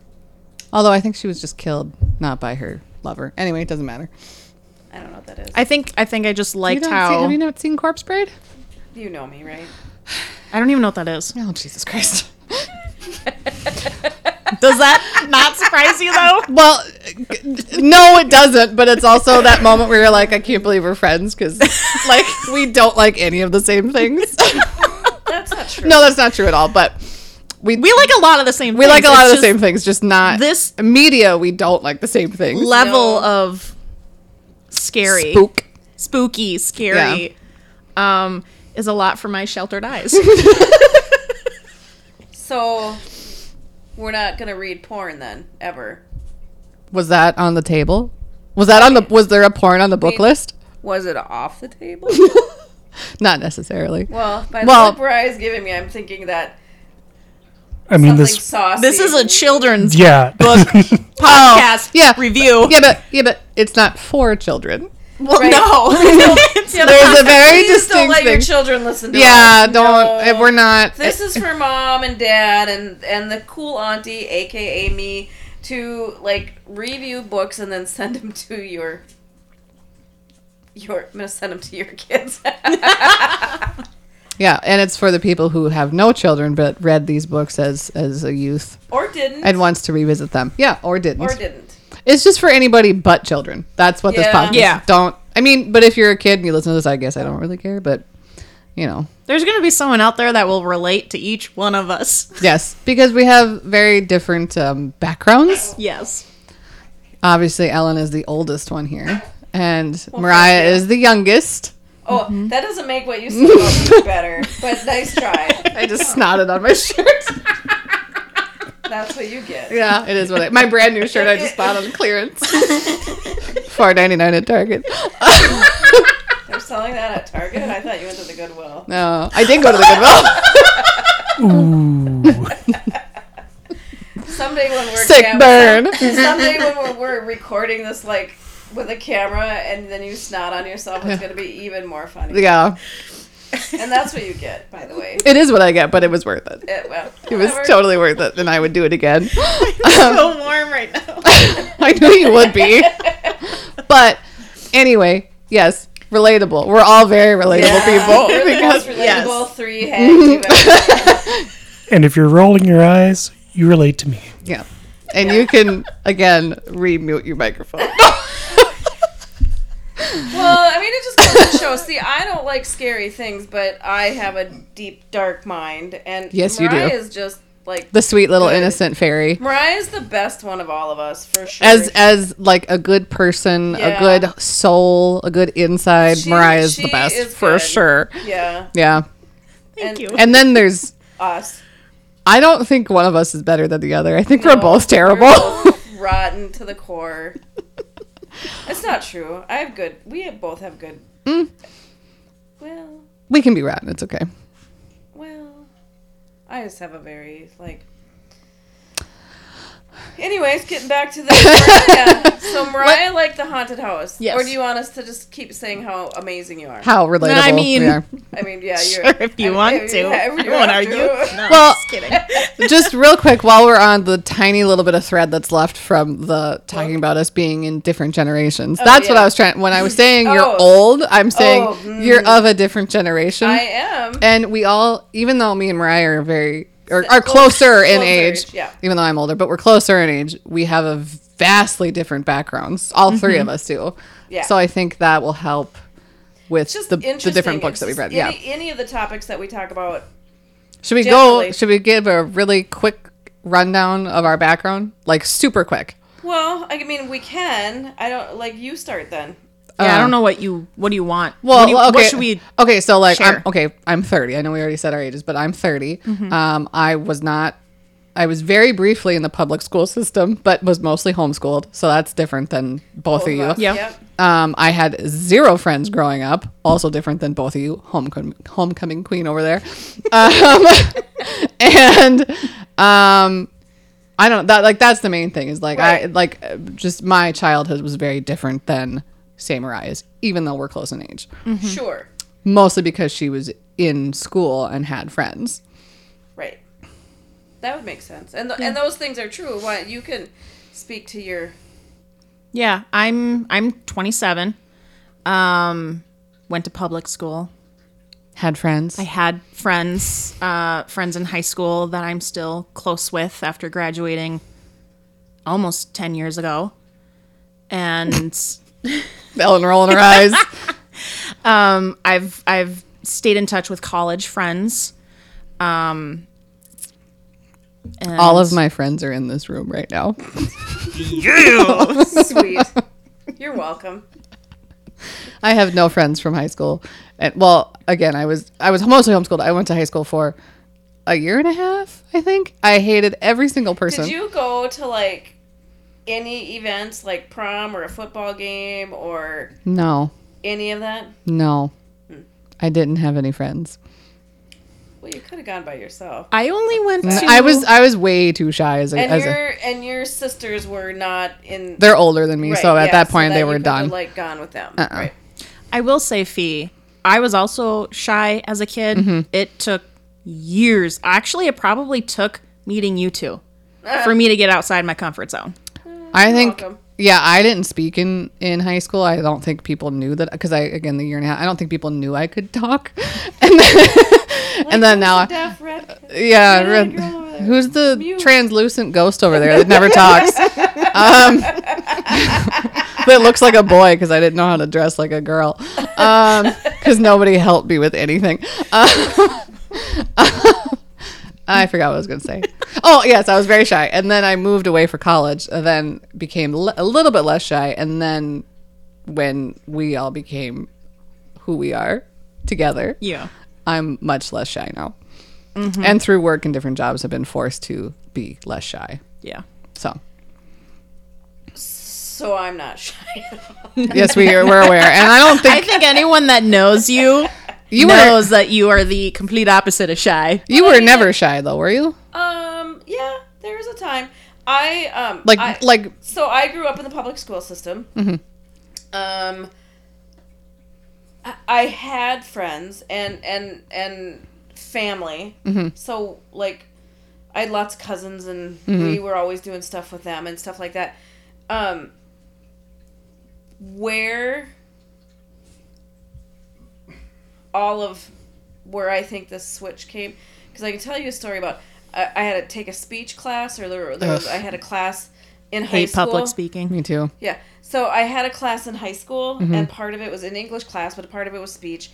Although I think she was just killed, not by her lover. Anyway, it doesn't matter.
I don't know what that is.
I think I think I just
You
liked
don't see-
how
have you not seen Corpse Bride?
you know me, right?
I don't even know what that is.
Oh, Jesus Christ.
Does that not surprise you though?
Well, no, it doesn't. But it's also that moment where you're like, I can't believe we're friends because, like, we don't like any of the same things.
That's not true.
no, that's not true at all. But we
We like a lot of the same.
we like a
things. It's
lot of the
just
same things, just not
This
media. We don't like the same things.
level of scary,
Spook.
spooky, scary, um, is a lot for my sheltered eyes.
So we're not gonna read porn then ever.
Was that on the table? Was that on the? Was there a porn on the book
Wait.
list?
Was it off the table?
Not necessarily.
well, by
Well-
the look Brian's giving me, I'm thinking that
I mean,
something
this.
saucy.
this is a children's
Yeah.
Oh, podcast
yeah.
review.
Yeah, but yeah, but it's not for children.
Well,
Right.
no.
There's a very
Please
distinct
don't let your
thing.
children listen to
yeah,
us.
don't.
No.
If we're not.
This is for mom and dad and and the cool auntie, aka me, to like review books and then send them to your. Your, I'm gonna send them to your kids.
Yeah, and it's for the people who have no children but read these books as as a youth
or didn't.
and wants to revisit them. Yeah, or didn't.
or didn't.
It's just for anybody but children. That's what this
Yeah.
podcast.
Yeah.
Yeah. Don't. I mean, but if you're a kid and you listen to this, I guess I don't really care. But you know,
There's going to be someone out there that will relate to each one of us.
yes, because we have very different um, backgrounds.
Yes.
Obviously, Ellen is the oldest one here, and Mariah is the youngest.
Oh, that doesn't make what you said about me better, but nice try.
I just snotted on my shirt.
That's what you get.
Yeah, it is what I, my brand new shirt I just bought on clearance. Four ninety nine at Target.
They're selling that at Target. I thought you went to the Goodwill.
No, Oh, I did go to the Goodwill.
Ooh.
Someday when we're
Sick
cam-
burn.
Someday when we're, we're recording this like with a camera and then you snot on yourself, it's gonna be even more funny.
Yeah,
And that's what you get, by the way.
it is what I get, but it was worth it.
It, well,
It was totally worth it, and I would do it again.
So warm right now.
I knew you would be. But anyway, yes, relatable. We're all very relatable people.
We're the
Because,
most relatable
Yes.
three heads you've ever
and if you're rolling your eyes, you relate to me.
yeah. And you can, again, remute your microphone.
Well, I mean, it just goes to show. See, I don't like scary things, but I have a deep, dark mind, and
Yes, you do.
Mariah is just like
the sweet little
Good.
innocent fairy.
Mariah's the best one of all of us for sure.
As as like a good person,
Yeah.
a good soul, a good inside,
She-
Mariah's the
she
best
is
for
good.
sure.
yeah,
Yeah.
Thank you.
And then there's
us.
I don't think one of us is better than the other. I think we're
No,
both terrible.
We're both rotten to the core. That's not true. I have good. We have both have good. Well,
we can be rotten. It's okay.
well, I just have a very like. Anyways, getting back to the yeah. So Mariah liked the haunted house.
Yes.
Or do you want us to just keep saying how amazing you are?
How relatable.
I
we
mean-
are.
I mean, yeah,
Sure,
you're.
if you
I-
want
if
to.
you- if you
I won't
have
argue.
to.
No,
Well-
just kidding.
just real quick while we're on the tiny little bit of thread that's left from the talking about us being in different generations that's what
Oh, yeah.
i was trying when i was saying
Oh.
you're old i'm saying
Oh, mm.
you're of a different generation
I am.
and we all even though me and mariah are very or,
Close-
are closer in
closer
age
age, yeah.
even though i'm older but we're closer in age we have a vastly different backgrounds all three of us do
Mm-hmm. Yeah.
so i think that will help with
It's just
the, the
interesting.
different books that we've
It's
read
just
yeah
Any, any of the topics that we talk about.
Should we
Definitely.
go? Should we give a really quick rundown of our background? Like super quick.
Well, I mean, we can. I don't like you start then.
Yeah, I
Uh,
don't know what you what do you want.
Well,
what, do you,
okay.
what should we?
okay, so like,
share? Mm-hmm.
I'm, okay, I'm 30. I know we already said our ages, but I'm 30. Um, I was not. I was very briefly in the public school system, but was mostly homeschooled. So that's different than both, of you.
us.
Yeah.
Yep.
Um, I had zero friends growing up. Also different than both of you, homecoming, homecoming queen over there. Um, and um, I don't that like that's the main thing is like I
Right.
like uh, just my childhood was very different than samurai is, even though we're close in age.
Sure.
Mostly because she was in school and had friends.
Right. That would make sense. And th- and those things are true. Why you can speak to your
Yeah, I'm I'm 27. Um, went to public school.
Had friends.
I had friends, uh, friends in high school that I'm still close with after graduating almost 10 years ago. And
Ellen rolling her eyes.
I've I've stayed in touch with college friends. Um, and-
All of my friends are in this room right now.
sweet. You're welcome.
I have no friends from high school. And well, again, I was I was mostly homeschooled. I went to high school for a year and a half, I think. I hated every single person.
Did you go to like any events like prom or a football game or
No.
any of that?
No.
Hmm.
I didn't have any friends.
Well, you could have gone by yourself.
I only went to
I was I was way too shy as a,
And
as a
your and your sisters were not in.
they're older than me,
Right,
so at
yeah,
that point they
you
were
could've,
done. Uh. Oh.
Like gone with them. Right.
I will say, Fee, I was also shy as a kid.
Mm-hmm.
It took years. Actually, it probably took meeting you two for me to get outside my comfort zone.
I think
welcome.
yeah, I didn't speak in in high school. I don't think people knew that because I again the year and a half. I don't think people knew I could talk. And then, and then now, I-
Deaf, red.
yeah,
Who's
red-
the girl over there?
who's the
Mute.
translucent ghost over there that never talks? um, that looks like a boy because I didn't know how to dress like a girl. Because nobody helped me with anything. Um, I forgot what I was going to say. oh, yes, I was very shy. And then I moved away for college, and then became l- a little bit less shy. And then when we all became who we are together,
Yeah.
I'm much less shy now.
Mm-hmm.
And through work and different jobs, I've been forced to be less shy.
Yeah.
So,
So I'm not shy.
yes, we are, we're aware. And I don't
I
think
think anyone that knows you,
you were,
knows that you are the complete opposite of shy.
you were never shy, though, were you?
um. Yeah. There was a time. I um.
Like,
I-
like,
So I grew up in the public school system. Um, I- I had friends and and and family.
Mm-hmm.
So like, I had lots of cousins, and
Mm-hmm.
we were always doing stuff with them and stuff like that. Um, where all of where I think this switch came, because I can tell you a story about I, I had to take a speech class, or there, there was,
Ugh.
I had a class in high
Hate
school.
public speaking.
me too.
Yeah. So I had a class in high school, and part of it was an English class, but part of it was speech.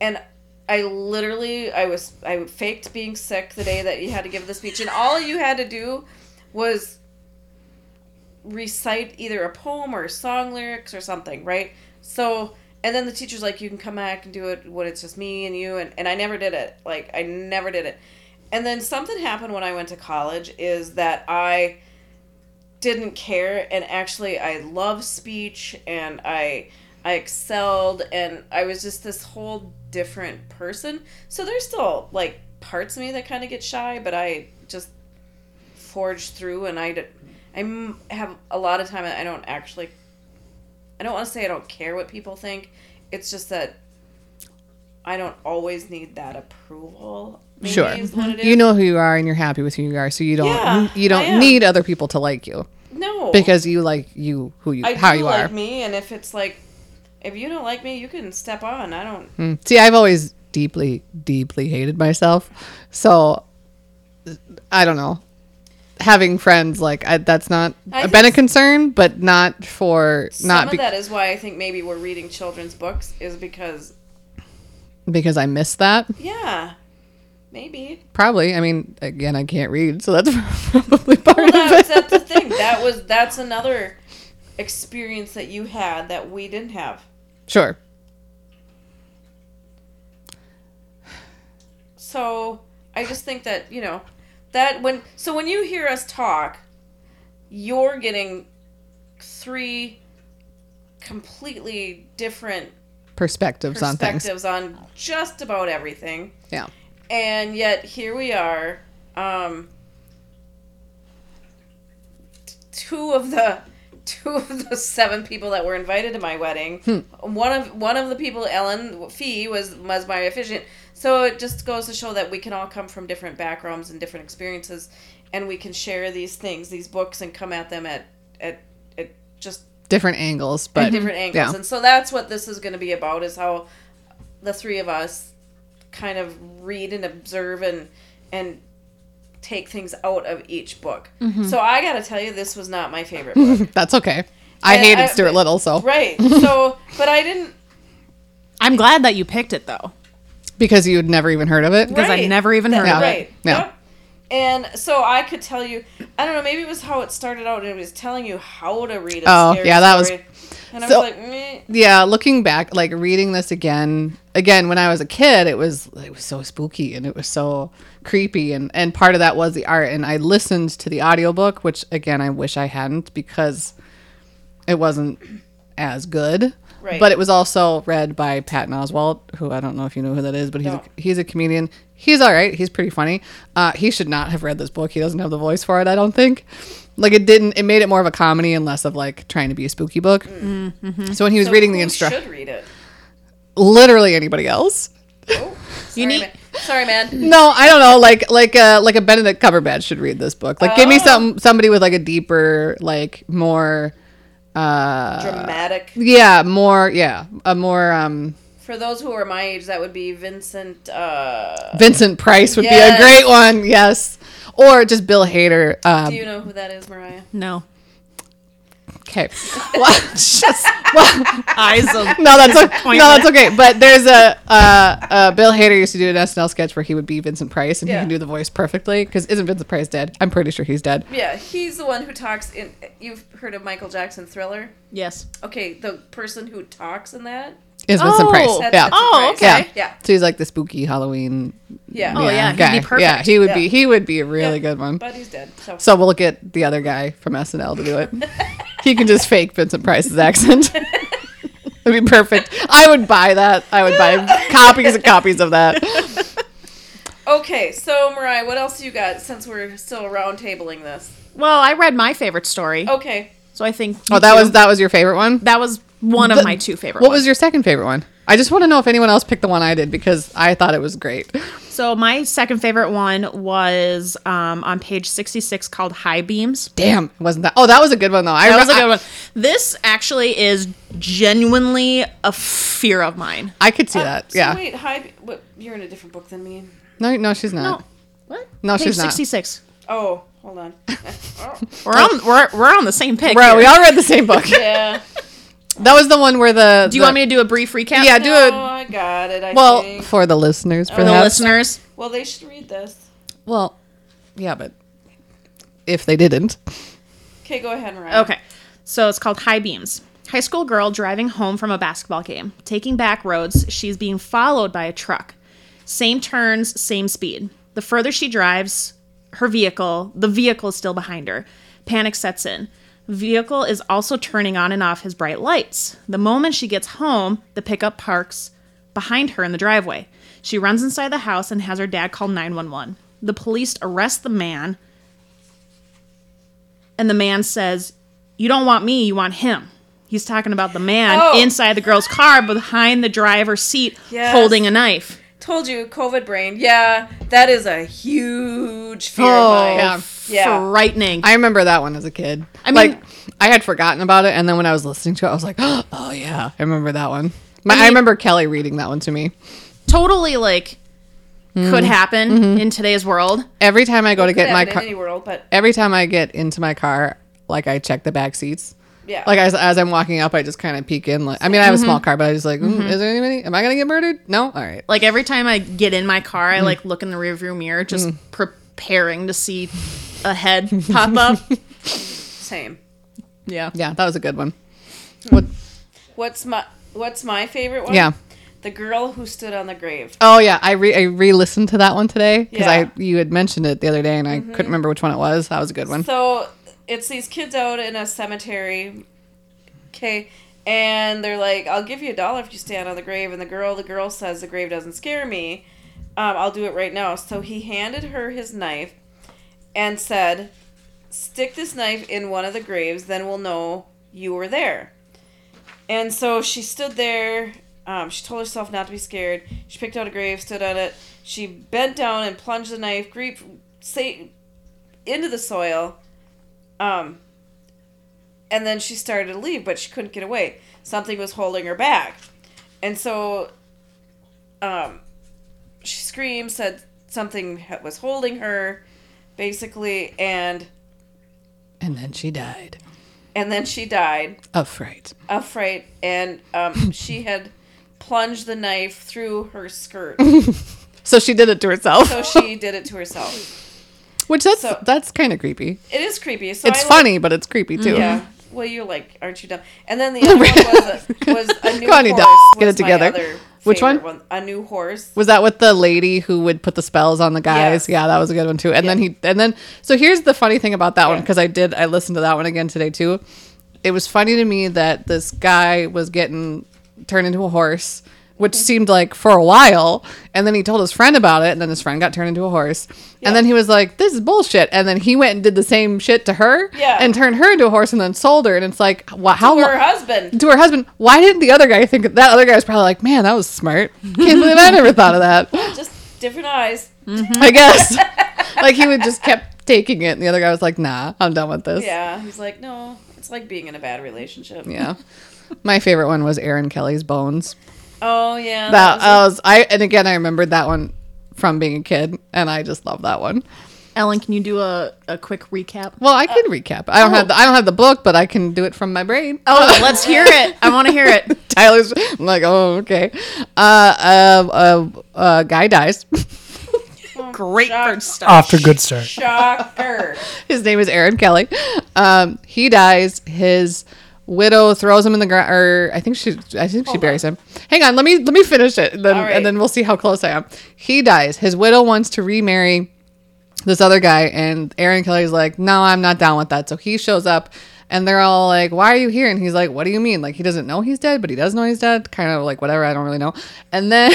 And I literally, I was, I faked being sick the day that you had to give the speech, and all you had to do was recite either a poem or song lyrics or something, right? So, and then the teacher's like, you can come back and do it when it's just me and you, and, and I never did it. Like, I never did it. And then something happened when I went to college is that I didn't care and actually I love speech and I I excelled and I was just this whole different person. So there's still like parts of me that kind of get shy, but I just forge through and I d- I m- have a lot of time that I don't actually I don't want to say I don't care what people think. It's just that I don't always need that approval. Maybe
Sure.
is what it is.
You know who you are and you're happy with who you are. So you don't,
Yeah,
you
I
don't
am.
need other people to like you
no
because you like you, who you,
I
how
do
you
like
are.
me, and if it's like, if you don't like me, you can step on. I don't.
Mm. See, I've always deeply, deeply hated myself. So I don't know. Having friends like I, that's not
I
been a
think-
concern, but not for
Some
not
of
be-
that is why I think maybe we're reading children's books is because
because I miss that.
yeah, maybe.
Probably. I mean, again, I can't read, so that's probably part
Well,
of it.
that's, that's the thing. That was that's another experience that you had that we didn't have.
Sure.
So I just think that you know that when so when you hear us talk, you're getting three completely different
Perspectives on things.
perspectives on just about everything.
Yeah.
and yet here we are um t- two of the two of the seven people that were invited to my wedding. One of one of the people, Ellen Fee, was was my officiant. So it just goes to show that we can all come from different backgrounds and different experiences, and we can share these things, these books, and come at them at at, at just
Different angles, but
different angles. And so that's what this is going to be about: is how the three of us kind of read and observe and and take things out of each book. So I got to tell you, this was not my favorite book.
Yeah. That's okay. I
And
hated
I-
Stuart Little, so
Right. So, but I didn't.
I'm glad that you picked it though.
because you had never even heard of it.
Because I
Right.
never even heard of it.
Right.
Yeah.
Yep. And so I could tell you. I don't know. Maybe it was how it started out. and It was telling you how to read. A
Oh,
scary
yeah, that was-
story. And
so-
I was like, Meh.
Yeah, looking back, like reading this again, again when I was a kid, it was it was so spooky and it was so creepy and and part of that was the art and I listened to the audiobook, which again I wish I hadn't because it wasn't as good.
Right.
But it was also read by Patton Oswalt, who I don't know if you know who that is, but he's
No.
a, he's a comedian. He's all right. He's pretty funny. Uh, he should not have read this book. He doesn't have the voice for it. I don't think. Like it didn't. It made it more of a comedy and less of like trying to be a spooky book.
Mm.
So when he was
So
reading the
who
instruction,
Should read it.
literally anybody else.
Oh, sorry,
need-
man. Sorry, man.
No, I don't know. Like like a like a Benedict Cumberbatch should read this book. Like give
Oh.
me some somebody with like a deeper, like more,
Dramatic.
yeah, more, yeah, a more um
For those who are my age, that would be Vincent. Uh,
Vincent Price would
Yes.
be a great one. Yes. Or just Bill Hader.
do
Um,
you know who that is, Mariah?
No.
okay. Well, just- well,
Eyes of
no, that's okay. no, that's okay. But there's a uh, uh, Bill Hader used to do an SNL sketch where he would be Vincent Price and he
Yeah.
can do the voice perfectly. Because isn't Vincent Price dead? I'm pretty sure he's dead.
Yeah, he's the one who talks in. You've heard of Michael Jackson Thriller?
Yes.
Okay, the person who talks in that.
Is Vincent
Oh,
Price?
That's
Yeah.
Vincent
Oh,
Price.
Yeah.
okay.
Yeah.
So he's like the spooky Halloween.
Yeah.
Oh, yeah, he'd be
guy.
perfect.
Yeah, he would be.
Yeah.
He would be a really
Yeah.
good one.
But he's dead. So,
So we'll get the other guy from SNL to do it. he can just fake Vincent Price's accent. It'd be perfect. I would buy that. I would buy copies and copies of that.
okay, so Mariah, what else you got since we're still round tabling this?
Well, I read my favorite story.
Okay.
So I think
Oh, that was that was your favorite one.
that was one
The-
of my two favorite
What
ones.
was your second favorite one? I just want to know if anyone else picked the one I did because I thought it was great.
So my second favorite one was um, on page 66 called High Beams.
Damn, it wasn't that? Oh, that was a good one though. I
That was a
remember-
good one. This actually is genuinely a fear of mine.
I, I could see that.
So
yeah.
Wait, hi. What, you're in a different book than me.
No, no, she's not.
No. Oh. What?
No,
page
she's not.
66.
Oh, hold on. Oh,
We're on we're, we're on the same page.
Bro, we all read the same book.
yeah.
That was the one where the.
Do you want me to do a brief recap?
Yeah, do
Oh,
a
I got it. I
well
think.
for the listeners.
For the
perhaps.
listeners.
Well, they should read this.
Well, yeah, but if they didn't,
Okay, go ahead, Mariah.
Okay. So it's called High Beams. High school girl driving home from a basketball game. Taking back roads, she's being followed by a truck. Same turns, same speed. The further she drives, her vehicle, the vehicle is still behind her. Panic sets in. Vehicle is also turning on and off his bright lights. The moment she gets home, the pickup parks behind her in the driveway. She runs inside the house and has her dad call 911. The police arrest the man, and the man says, You don't want me, you want him. He's talking about the man
Oh.
inside the girl's car behind the driver's seat
Yes.
holding a knife.
Told you, COVID brain. Yeah, that is a huge fear of mine.
Oh, yeah.
Yeah.
Frightening.
I remember that one as a kid. I
mean-
like I had forgotten about it, and then when I was listening to it, I was like, "Oh yeah, I remember that one." My, I,
mean-
remember Kelly reading that one to me.
totally like
Mm-hmm.
could happen in today's world.
Every time I go to
Could
get my
happen in
car,
any world, but
every time I get into my car, like I check the back seats.
yeah.
Like as, as I'm walking up, I just kind of peek in. Like I mean, I have a small car, but I was like, "Mm, "Is there anybody? Am I gonna get murdered?" No. All right.
Like every time I get in my car, I like look in the rearview mirror just
Mm.
preparing to see a head pop up.
same.
yeah.
Yeah, that was a good one. What?
What's my What's my favorite one?
Yeah.
The girl who stood on the grave.
Oh yeah, I re I re-listened to that one today because
Yeah. Mm-hmm.
I you had mentioned it the other day and I couldn't remember which one it was. That was a good one.
So it's these kids out in a cemetery. Okay. And they're like, I'll give you a dollar if you stand on the grave. And the girl, the girl says, the grave doesn't scare me. Um, I'll do it right now. So he handed her his knife and said, stick this knife in one of the graves. Then we'll know you were there. And so she stood there. Um, she told herself not to be scared. She picked out a grave, stood on it. She bent down and plunged the knife grief, say, into the soil. Um, and then she started to leave, but she couldn't get away. Something was holding her back. And so um, she screamed, said something ha- was holding her, basically, and
And then she died
and then she died.
of fright.
of fright, and um, she had plunged the knife through her skirt,
So she did it to herself,
so she did it to herself.
which that's
so-
that's kind of creepy.
It is creepy. So
It's
I
funny, but it's creepy too.
Like, yeah. Well, you're like, aren't you dumb? And then the other one was a, was a new
Come on, you
horse.
dumb. Get
was
it
my
together.
other
Which
favorite
one?
A new horse.
Was that with the lady who would put the spells on the guys?
Yes.
Yeah, that was a good one too. And then he and then so here's the funny thing about that one because I did I listened to that one again today too. It was funny to me that this guy was getting turned into a horse, which seemed like for a while, and then he told his friend about it, and then his friend got turned into a horse, and then he was like, "This is bullshit," and then he went and did the same shit to her,
Yeah.
and turned her into a horse, and then sold her, and it's like, wha how
Her
long?
husband.
to her husband, why didn't the other guy think that other guy was probably like, man, that was smart. Can't believe I never thought of that.
Just different eyes.
I guess. Like he would just kept taking it, and the other guy was like, nah, I'm done with this.
Yeah. He's like, no, it's like being in a bad relationship.
Yeah. My favorite one was Aaron Kelly's Bones.
Oh yeah.
That I was I and again I remembered that one from being a kid, and I just love that one.
Ellen, can you do a, a quick recap?
Well, I can recap. I don't have the, I don't have the book, but I can do it from my brain.
Oh, let's hear it. I want to hear it.
Tyler's I'm like, oh okay. Uh, uh, uh, uh guy dies.
Great first start.
Off to a good start.
Shocker.
His name is Aaron Kelly. Um, he dies. His widow throws him in the ground, or I think she, I think she buries him. Hang on, let me let me finish it, and then
All right.
and then we'll see how close I am. He dies. His widow wants to remarry this other guy, and Aaron Kelly's like, "No, I'm not down with that." So he shows up, and they're all like, "Why are you here?" And he's like, "What do you mean? Like he doesn't know he's dead, but he does know he's dead. Kind of like whatever. I don't really know." And then.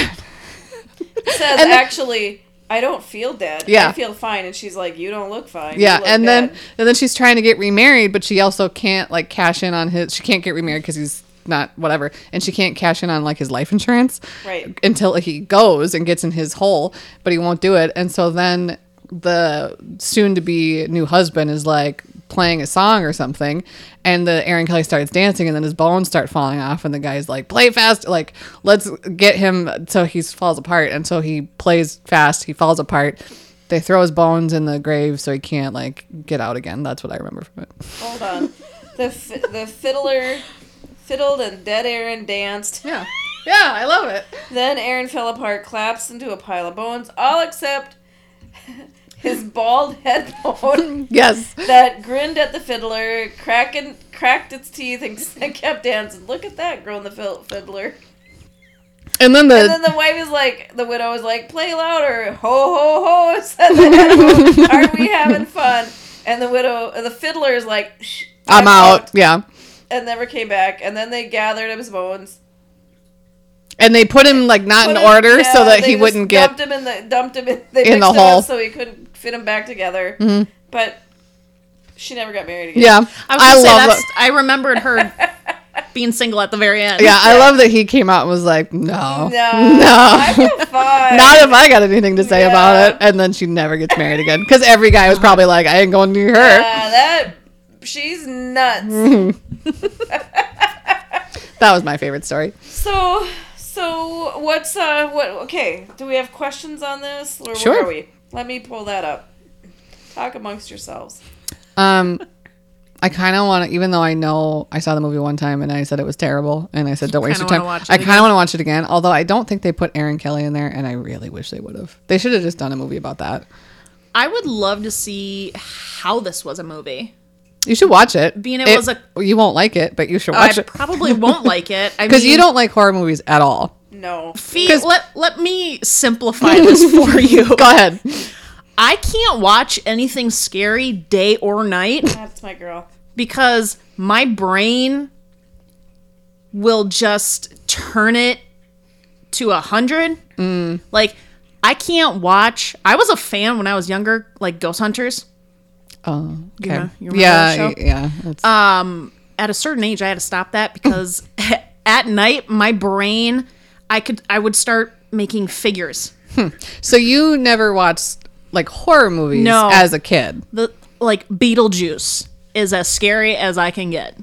Says actually. I don't feel dead.
Yeah.
I feel fine. And she's like, You don't look fine. You
Yeah,
look
and then
dead."
and then she's trying to get remarried, but she also can't like cash in on his. She can't get remarried because he's not whatever, and she can't cash in on like his life insurance
Right.
until he goes and gets in his hole, but he won't do it, and so then the soon-to-be new husband is like playing a song or something and the aaron kelly starts dancing and then his bones start falling off and the guy's like play fast like let's get him so he falls apart and so he plays fast he falls apart they throw his bones in the grave so he can't like get out again. That's what I remember from it.
Hold on. The fi- the fiddler fiddled and dead Aaron danced.
Yeah. Yeah, I love it.
Then Aaron fell apart, collapsed into a pile of bones, all except his bald head bone
Yes.
that grinned at the fiddler, cracking, cracked its teeth, and s- and kept dancing. Look at that, groaned the fil- fiddler.
And then the
And then the wife is like, the widow is like, play louder, ho ho ho, said the widow. Are we having fun? And the widow, the fiddler is like, "Shh,
I'm out. Yeah.
and never came back. And then they gathered up his bones.
And they put him like not in
Put him-
order
yeah,
so that
they
he
just
wouldn't get
dumped him in the dumped him in, they
in the
mixed
hole.
him
Mm-hmm.
up so he couldn't fit him back together. But she never got married again.
Yeah.
I was gonna
I,
say
love
that's,
that.
I remembered her being single at the very end.
Yeah, I love that he came out and was like, "No.
No, I feel fine.
Not if I got anything to say
Yeah.
about it." And then she never gets married again cuz every guy was probably like, "I ain't going near her."
Yeah, that she's nuts.
Mm-hmm. That was my favorite story.
So, so what's uh what? Okay, do we have questions on this? Or
Sure.
Where are we? Let me pull that up. Talk amongst yourselves.
Um, I kind of want to, even though I know I saw the movie one time and I said it was terrible, and I said don't waste your
Kinda
time.
wanna watch it
I kind of want to watch it again. Although I don't think they put Aaron Kelly in there, and I really wish they would have. They should have just done a movie about that.
I would love to see how this was a movie.
You should watch it.
Being it was a-
you won't like it, but you should watch
I
it
probably won't like it. I
because
mean,
you don't like horror movies at all.
No.
Fee,
'cause-
let let me simplify this for you.
Go ahead.
I can't watch anything scary day or night
That's my girl.
because my brain will just turn it to a hundred.
Mm.
Like I can't watch. I was a fan when I was younger, like Ghost Hunters.
Oh, okay.
know- you remember that
yeah,
show?
yeah. That's,
at a certain age I had to stop that because at night my brain I could I would start making figures.
So you never watched like horror movies
No.
as a kid.
The like Beetlejuice is as scary as I can get.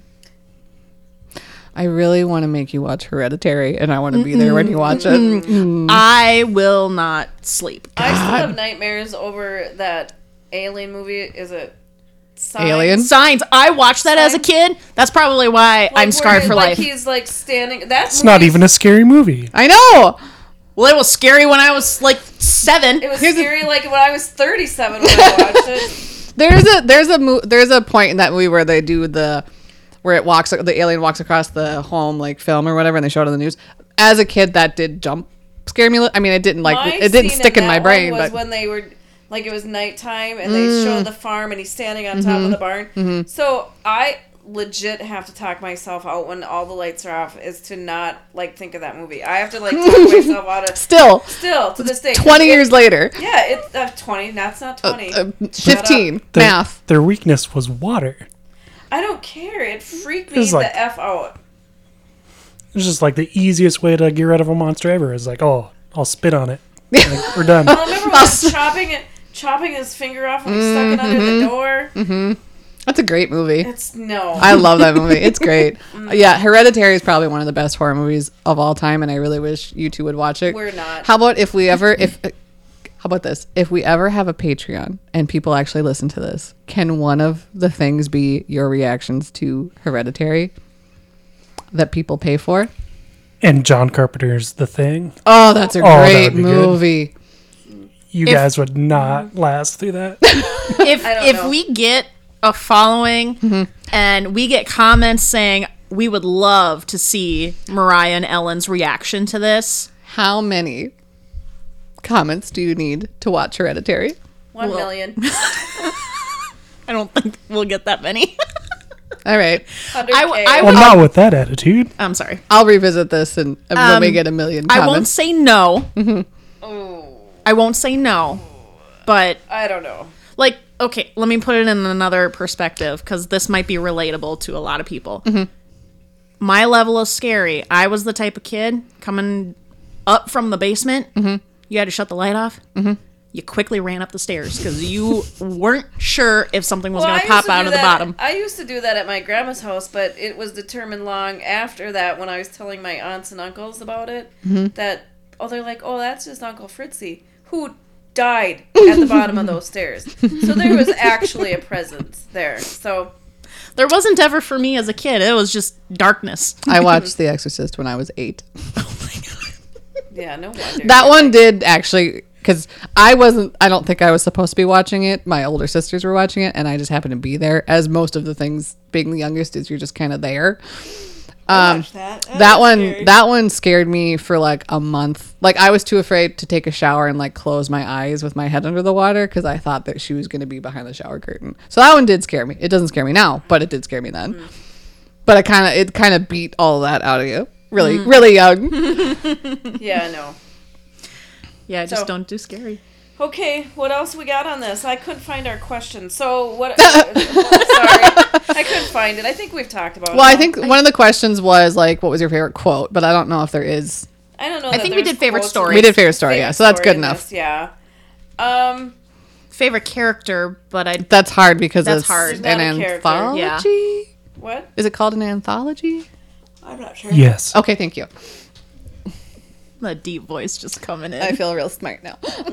I really want to make you watch Hereditary, and I want to be there when you watch it.
I will not sleep.
I still have nightmares over that alien movie. Is it Sign?
Alien?
Signs. I watched that as a kid. That's probably why
Like,
I'm scarred
where,
for
like,
life.
He's like standing. That's
It's not even a scary movie.
I know.
Well, it was scary when I was like seven.
It was scary. like when I was thirty-seven when I watched it.
There's a there's a mo- there's a point in that movie where they do the where it walks the alien walks across the home like film or whatever, and they show it on the news. As a kid, that did jump scare me. li- I mean, it didn't like
My
it didn't
scene
stick in my
that one
brain,
Was
but Mm.
when they were like it was nighttime and they showed the farm and he's standing on
Mm-hmm.
top of the barn. So I legit have to talk myself out when all the lights are off is to not like think of that movie. I have to like talk myself out of
still,
still to this day. 'cause
twenty
it-
years later,
Yeah, it's uh, twenty. That's not twenty.
uh,
Shut up.
fifteen
Their,
math.
Their weakness was water.
I don't care. It freaked
It
me
was
the
like-
f out.
It's just like the easiest way to get rid of a monster ever is like, oh, I'll spit on it. Like, we're done.
I remember when I was chopping it, chopping his finger off and he stuck it under
Mm-hmm.
the door.
That's a great movie.
It's no.
I love that movie. It's great. yeah, Hereditary is probably one of the best horror movies of all time, and I really wish you two would watch it.
We're not.
How about if we ever if uh, how about this? If we ever have a Patreon and people actually listen to this, can one of the things be your reactions to Hereditary that people pay for?
And John Carpenter's The Thing.
Oh, that's a
that
great
would be good.
movie.
You
If-
guys would not last through that.
if
I don't
if
know.
we get a following and we get comments saying we would love to see Mariah and Ellen's reaction to this,
How many comments do you need to watch Hereditary?
One million.
I don't think we'll get that many.
All right,
100K.
I w- I
Well,
would-
not with that attitude.
I'm sorry.
I'll revisit this and and when we get a million
I won't
comments.
say no.
Ooh,
I won't say no. But
I don't know.
like okay, let me put it in another perspective cuz this might be relatable to a lot of people. My level of scary. I was the type of kid coming up from the basement. You had to shut the light off. You quickly ran up the stairs because you weren't sure if something was
Well, I
going to pop
used to
out
do
of the
that-
bottom.
I used to do that at my grandma's house, but it was determined long after that when I was telling my aunts and uncles about it
Mm-hmm.
that oh they're like oh that's just Uncle Fritzy who died at the bottom of those stairs. So there was actually a presence there. So
There wasn't ever for me as a kid. It was just darkness.
I watched The Exorcist when I was eight.
yeah, no wonder.
That one did actually because I wasn't. I don't think I was supposed to be watching it. My older sisters were watching it, and I just happened to be there. As most of the things, being the youngest, is you're just kind of there. Um,
that.
that one, that one scared me for like a month. Like I was too afraid to take a shower and like close my eyes with my head under the water because I thought that she was going to be behind the shower curtain. So that one did scare me. It doesn't scare me now, but it did scare me then.
Mm-hmm.
But I kind of, it kind of beat all that out of you. Really, really young.
Yeah, no.
Yeah, just
So-
don't do scary.
Okay, what else we got on this? I couldn't find our question. So what? sorry, I couldn't find it. I think we've talked about. it.
Well, I
all.
think one of the questions was like, what was your favorite quote? But I don't know if there is.
I don't know.
I
that
think we
there's
did favorite
quotes in
story.
We did favorite story,
favorite
yeah. So that's
story
good
in
enough.
this, yeah. Um.
Favorite character, but I
That's hard because
That's
it's
hard.
an
Not a character.
anthology.
What?
Is it called an anthology?
I'm not sure.
Yes.
Okay, thank you.
the deep voice just coming in.
I feel real smart now.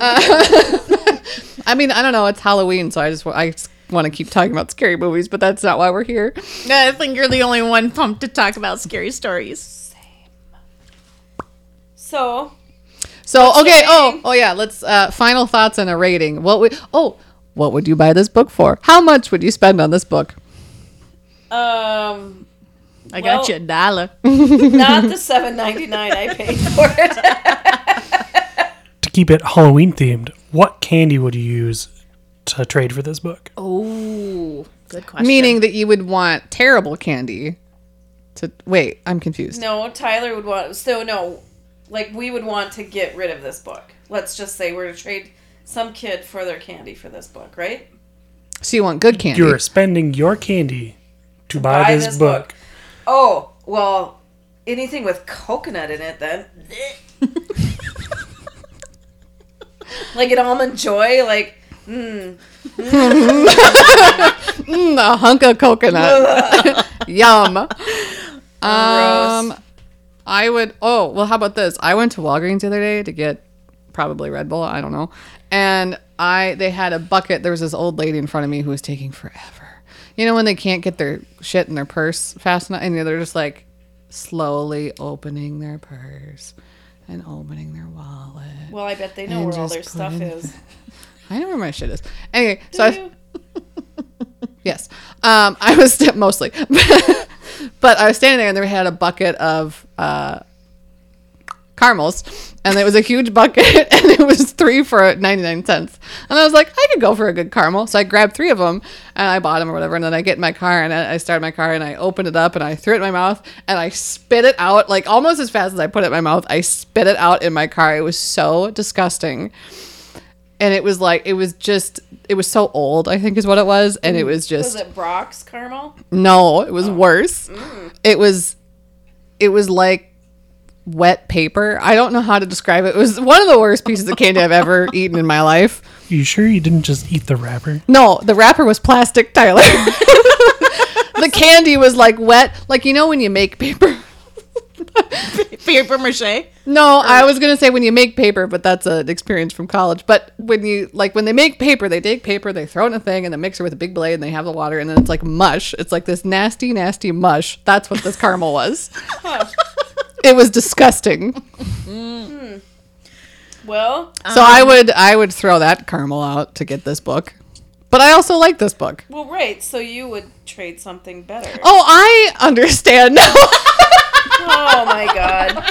I mean, I don't know. It's Halloween, so I just wa- I want to keep talking about scary movies, but that's not why we're here.
I think you're the only one pumped to talk about scary stories.
So
So okay,
your
oh
rating?
oh yeah, let's uh, final thoughts and a rating. What would oh what would you buy this book for? How much would you spend on this book?
um,
I
Well-
got you a dollar.
not the 7.99 I paid for it.
To keep it Halloween themed, what candy would you use to trade for this book?
Oh, good question.
Meaning that you would want terrible candy. To wait, I'm confused.
no, Tyler would want. So no, like we would want to get rid of this book. Let's just say we're to trade some kid for their candy for this book, right?
So you want good candy?
You're spending your candy to buy, this, book.
Oh, well, anything with coconut in it then. like an almond joy, like
Mm, a hunk of coconut. Yum. Um, I would. Oh, well, how about this? I went to Walgreens the other day to get probably Red Bull. I don't know. And I they had a bucket. There was this old lady in front of me who was taking forever. You know when they can't get their shit in their purse fast enough, and they're just like slowly opening their purse and opening their wallet.
well, I bet they know
And
where all
just
their
put
stuff
in-
is.
I know where my shit is. Anyway, so I.
You-
Yes. Um, I was st- mostly, but I was standing there and they had a bucket of uh, caramels, and it was a huge bucket, and it was three for ninety nine cents. And I was like, I could go for a good caramel, so I grabbed three of them and I bought them or whatever. And then I get in my car and I, I started my car and I opened it up and I threw it in my mouth and I spit it out like almost as fast as I put it in my mouth. I spit it out in my car. It was so disgusting and it was like it was just it was so old i think is what it was and it was just
Was it Brock's caramel?
no it was worse it was it was like wet paper i don't know how to describe it it was one of the worst pieces of candy i've ever eaten in my life
You sure you didn't just eat the wrapper?
no the wrapper was plastic tyler the candy was like wet like you know when you make paper
Paper mache.
No, I was gonna say when you make paper, but that's an experience from college. But when you like when they make paper, they take paper, they throw it in a thing, and they mix it with a big blade, and they have the water, and then it's like mush. It's like this nasty, nasty mush. That's what this caramel was. it was disgusting.
Well,
so I would I would throw that caramel out to get this book. But I also like this book.
well, right. So you would trade something better.
Oh, I understand now.
Oh my god.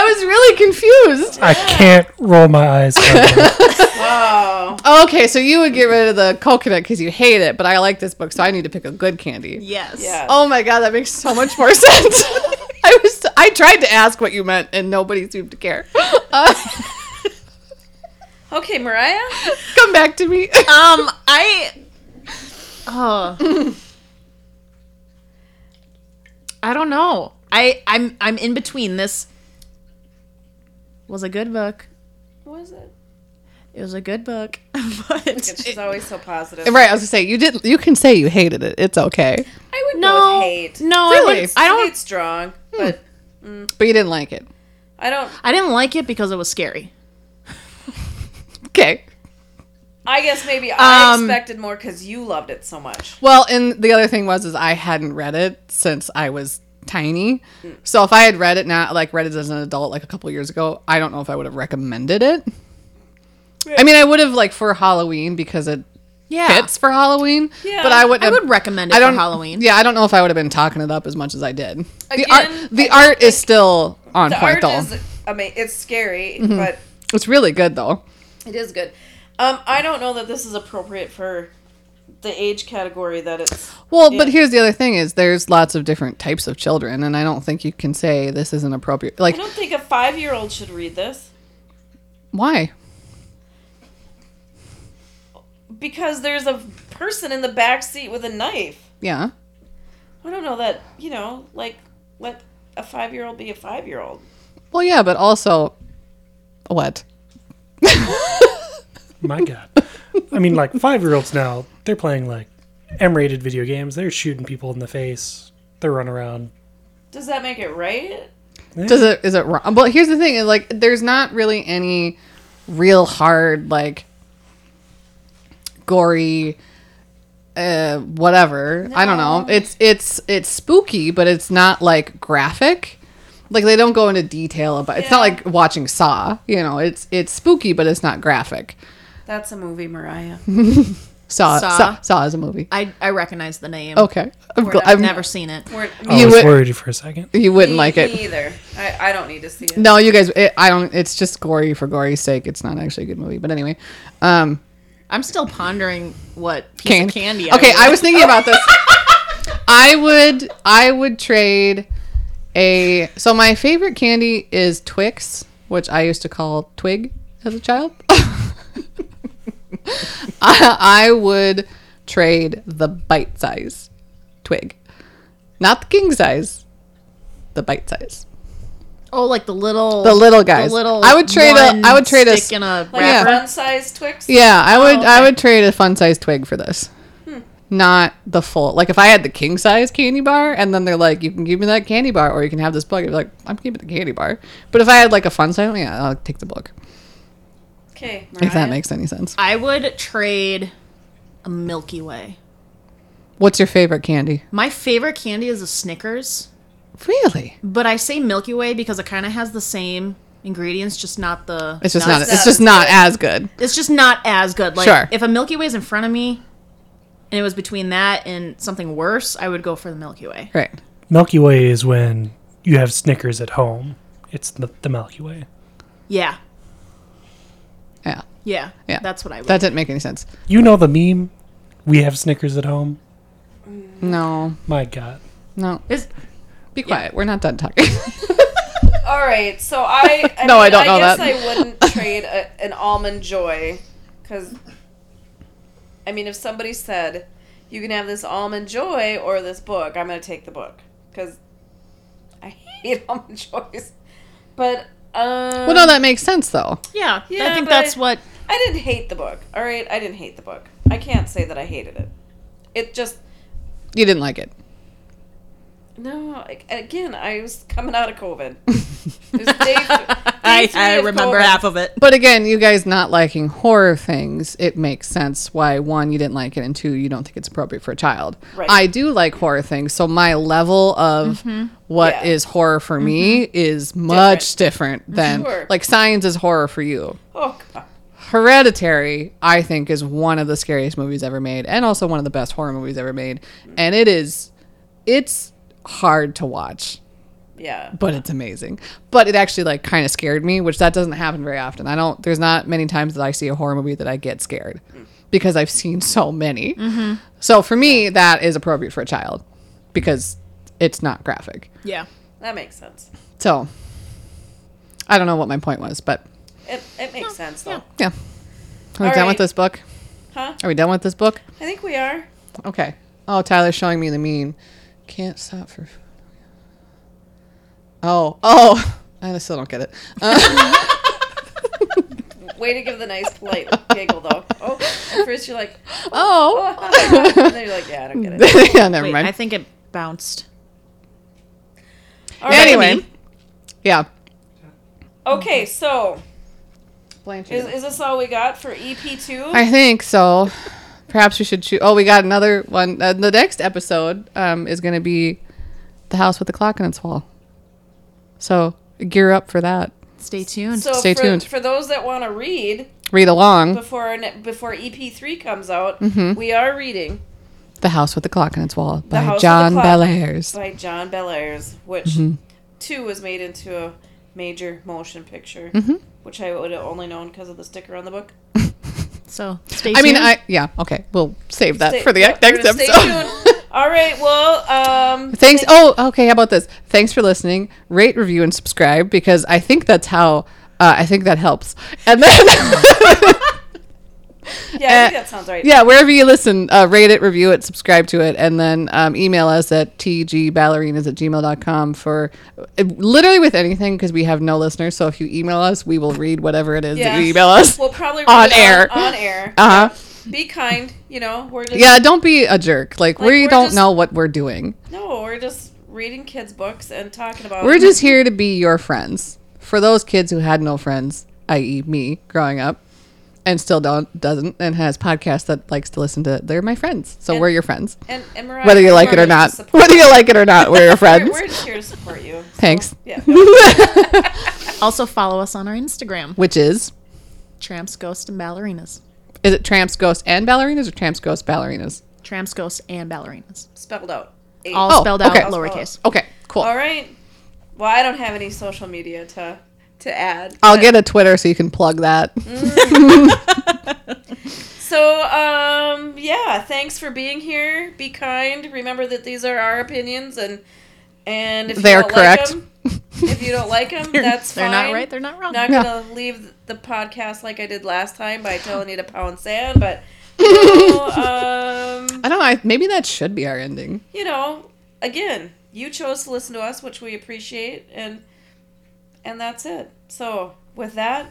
I was really confused.
I can't roll my eyes. Ever.
Wow.
Oh, Okay, so you would get rid of the coconut because you hate it, but I like this book, so I need to pick a good candy.
Yes.
Yeah.
Oh my god, that makes so much more sense. I was I tried to ask what you meant and nobody seemed to care. Uh,
Okay, Mariah.
come back to me.
Um, I. Oh. I don't know. I I'm I'm in between. This was a good book.
What is it?
It was a good book, but
She's always so positive.
right, I was gonna say you did you can say you hated it. It's okay.
I would
no,
both hate.
no, I,
Really?
wouldn't- I don't.
Hate's strong, but
But you didn't like it.
I don't.
I didn't like it because it was scary.
Okay.
I guess maybe I
Um,
expected more because you loved it so much.
Well, and the other thing was is I hadn't read it since I was tiny. So if I had read it now like read it as an adult like a couple years ago, I don't know if I would have recommended it. I mean, I would have like for Halloween because it
Yeah,
fits for Halloween,
Yeah.
but I wouldn't
I
have-
would recommend it
I don't,
for Halloween.
Yeah, I don't know if I would have been talking it up as much as I did. the
Again,
art, the art is still on
The
point Mm-hmm.
art
though.
is. I mean, it's scary, but
it's really good though.
it is good. Um, I don't know that this is appropriate for the age category that it's.
Well, but
Yeah.
here's the other thing: is there's lots of different types of children, and I don't think you can say this isn't appropriate.
I
Like,
don't think a five-year-old should read this
why?
because there's a person in the back seat with a knife.
Yeah,
I don't know that you know, like let a five-year-old be a five-year-old.
well, yeah, but also, what?
my God. I mean, like five year olds now, they're playing like M rated video games. They're shooting people in the face. They're running around.
Does that make it right?
Does it is it wrong? Well, here's the thing: is like there's not really any real hard like gory uh whatever i don't know it's it's it's spooky but it's not like graphic like they don't go into detail about it's not
Yeah.
like watching saw you know it's it's spooky but it's not graphic
That's a movie, Mariah.
saw saw,
Saw.
saw, is a movie
I I recognize the name.
okay I'm
Word,
gl-
I've
I'm-
never seen it.
We're,
I
You
was
would-
worried for a second.
you wouldn't Oh, like
me
it
either. I, I don't need to see it.
no you guys it, i don't it's just gory for gory's sake it's not actually a good movie but anyway um
I'm still pondering what piece
Can-
of candy.
Okay, I
would-
was thinking about this. I would I would trade a so my favorite candy is Twix, which I used to call Twig as a child. I, I would trade the bite size twig, not the king size, the bite size.
Oh, like the little
The little guys.
The little
I would trade a-
one
I would trade a
stick in a
Like
Yeah.
fun size Twix.
Yeah, I would I would trade a fun size twig for this. Not the full. Like if I had the king size candy bar and then they're like, you can give me that candy bar or you can have this book. I'd be like, I'm keeping the candy bar. But if I had like a fun size, yeah, I'll take the book.
Okay.
If that makes any sense.
I would trade a Milky Way.
What's your favorite candy?
My favorite candy is a Snickers,
Really?
but I say Milky Way because it kind of has the same ingredients, just not the.
It's just not.
it's
It's
not
just
as
not as good.
It's just not as good. Like
Sure.
if a Milky Way is in front of me, and it was between that and something worse, I would go for the Milky Way.
Right.
Milky Way is when you have Snickers at home. It's the, the Milky Way.
Yeah,
Yeah.
yeah,
Yeah.
That's what I would.
That didn't make any sense.
You know the meme? We have Snickers at home.
No.
My God.
No.
It's-
Be quiet. We're not done talking.
All right. So I. I
No,
mean,
I don't know
guess
that.
I wouldn't trade a, an almond joy, because I mean, if somebody said you can have this almond joy or this book, I'm gonna take the book because I hate almond joys. But um,
well, no, that makes sense though.
yeah,
Yeah,
I think
but I-
that's what.
I didn't hate the book. All right, I didn't hate the book. I can't say that I hated it. It just
You didn't like it.
no. like, Again, I was coming out of COVID. It was day,
I, I remember half of it.
But again, you guys not liking horror things, it makes sense why one, you didn't like it, and two, you don't think it's appropriate for a child.
Right. Mm-hmm.
I do like horror things, so my level of what is
Yeah. Mm-hmm.
horror for me is much different, than
Sure.
like science is horror for you.
Oh god.
Hereditary, I think, is one of the scariest movies ever made, and also one of the best horror movies ever made.
Mm-hmm.
And it is, it's hard to watch
Yeah.
but it's amazing. But it actually like kind of scared me, which that doesn't happen very often. I don't. There's not many times that I see a horror movie that I get scared because I've seen so many. So for me, that is appropriate for a child because it's not graphic.
Yeah,
That makes sense.
So I don't know what my point was, but
It, it makes sense though.
yeah. Are we
All
done with
right.
this book?
Huh?
Are we done with this book?
I think we are.
Okay. Oh, Tyler's showing me the meme. Can't stop for. food. Oh, oh! I still don't get it. Uh,
Way to give the nice polite giggle though. Oh, at first you're like,
Oh.
and then you're like, yeah, I don't get it.
yeah, never
Wait,
mind.
I think it bounced.
All
anyway, yeah.
Okay, so is, is this all we got for EP two?
I think so. Perhaps we should choose. Oh, we got another one. Uh, the next episode um, is going to be the house with the clock on its wall. So gear up for that.
stay tuned.
so
stay
for,
tuned.
for those that want to read
Read along.
before our ne- before EP three comes out,
Mm-hmm.
we are reading
The house with the clock on its wall
House
by
with the
John
Clock.
Belair's.
by John Belair's, which
Mm-hmm.
two was made into a major motion picture,
Mm-hmm.
which I would have only known because of the sticker on the book.
So stay
I mean,
tuned.
I yeah. Okay, we'll save that
Stay-
Uh, for the e-,
yep, we're
next
gonna stay
episode.
tuned. All right. Well, um,
Thanks. Oh, okay. How about this? Thanks for listening. Rate, review, and subscribe because I think that's how. Uh, I think that helps. And then.
yeah, I
uh,
think that sounds right.
yeah, wherever you listen, uh, rate it, review it, subscribe to it, and then um, email us at tgballerinas at gmail.com for uh, literally with anything because we have no listeners. So if you email us, we will read whatever it is that you email us.
We'll probably read
on
it
air.
On, air.
uh huh.
Be kind. You know, we're just
Yeah, don't be a jerk. Like,
Like,
we
we're
don't
just-
know what we're doing.
No, we're just reading kids' books and talking about.
We're just here to be your friends. For those kids who had no friends, i.e., me growing up, and still don't doesn't, and has podcasts that likes to listen to, they're my friends. So
And-
we're your friends,
and, and Mariah,
whether you like it
Mariah
or not.
just support-
Whether you like it or not, we're your friends.
We're, we're just here to support you.
Thanks.
Yeah.
also follow us on our Instagram,
Which is
Tramps, Ghosts, and Ballerinas.
is it tramps, ghosts, and ballerinas, or tramps, ghosts, ballerinas?
Tramps, Ghosts, and Ballerinas.
Spelled out. Eight.
All
Oh,
spelled
okay.
out, lowercase.
Okay, cool.
All right. Well, I don't have any social media to to add.
I'll get a Twitter so you can plug that.
So, um, yeah. Thanks for being here. Be kind. Remember that these are our opinions, and and if
They
you
are
don't
correct.
Like 'em, If you don't like them, that's
They're
fine.
not right. They're not wrong.
not
No.
gonna leave the podcast like I did last time by telling you to pound sand, but you know, um,
I don't know. I, maybe that should be our ending.
you know, again, you chose to listen to us, which we appreciate, and and that's it. So with that,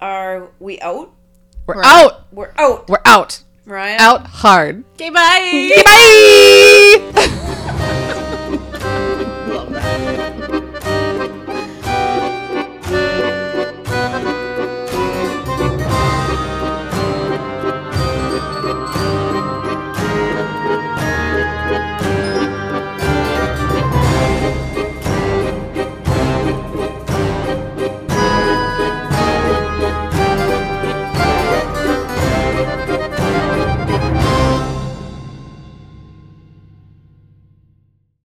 are we out?
We're out.
We're out,
We're out.
Ryan.
Out hard.
okay, bye.
Bye.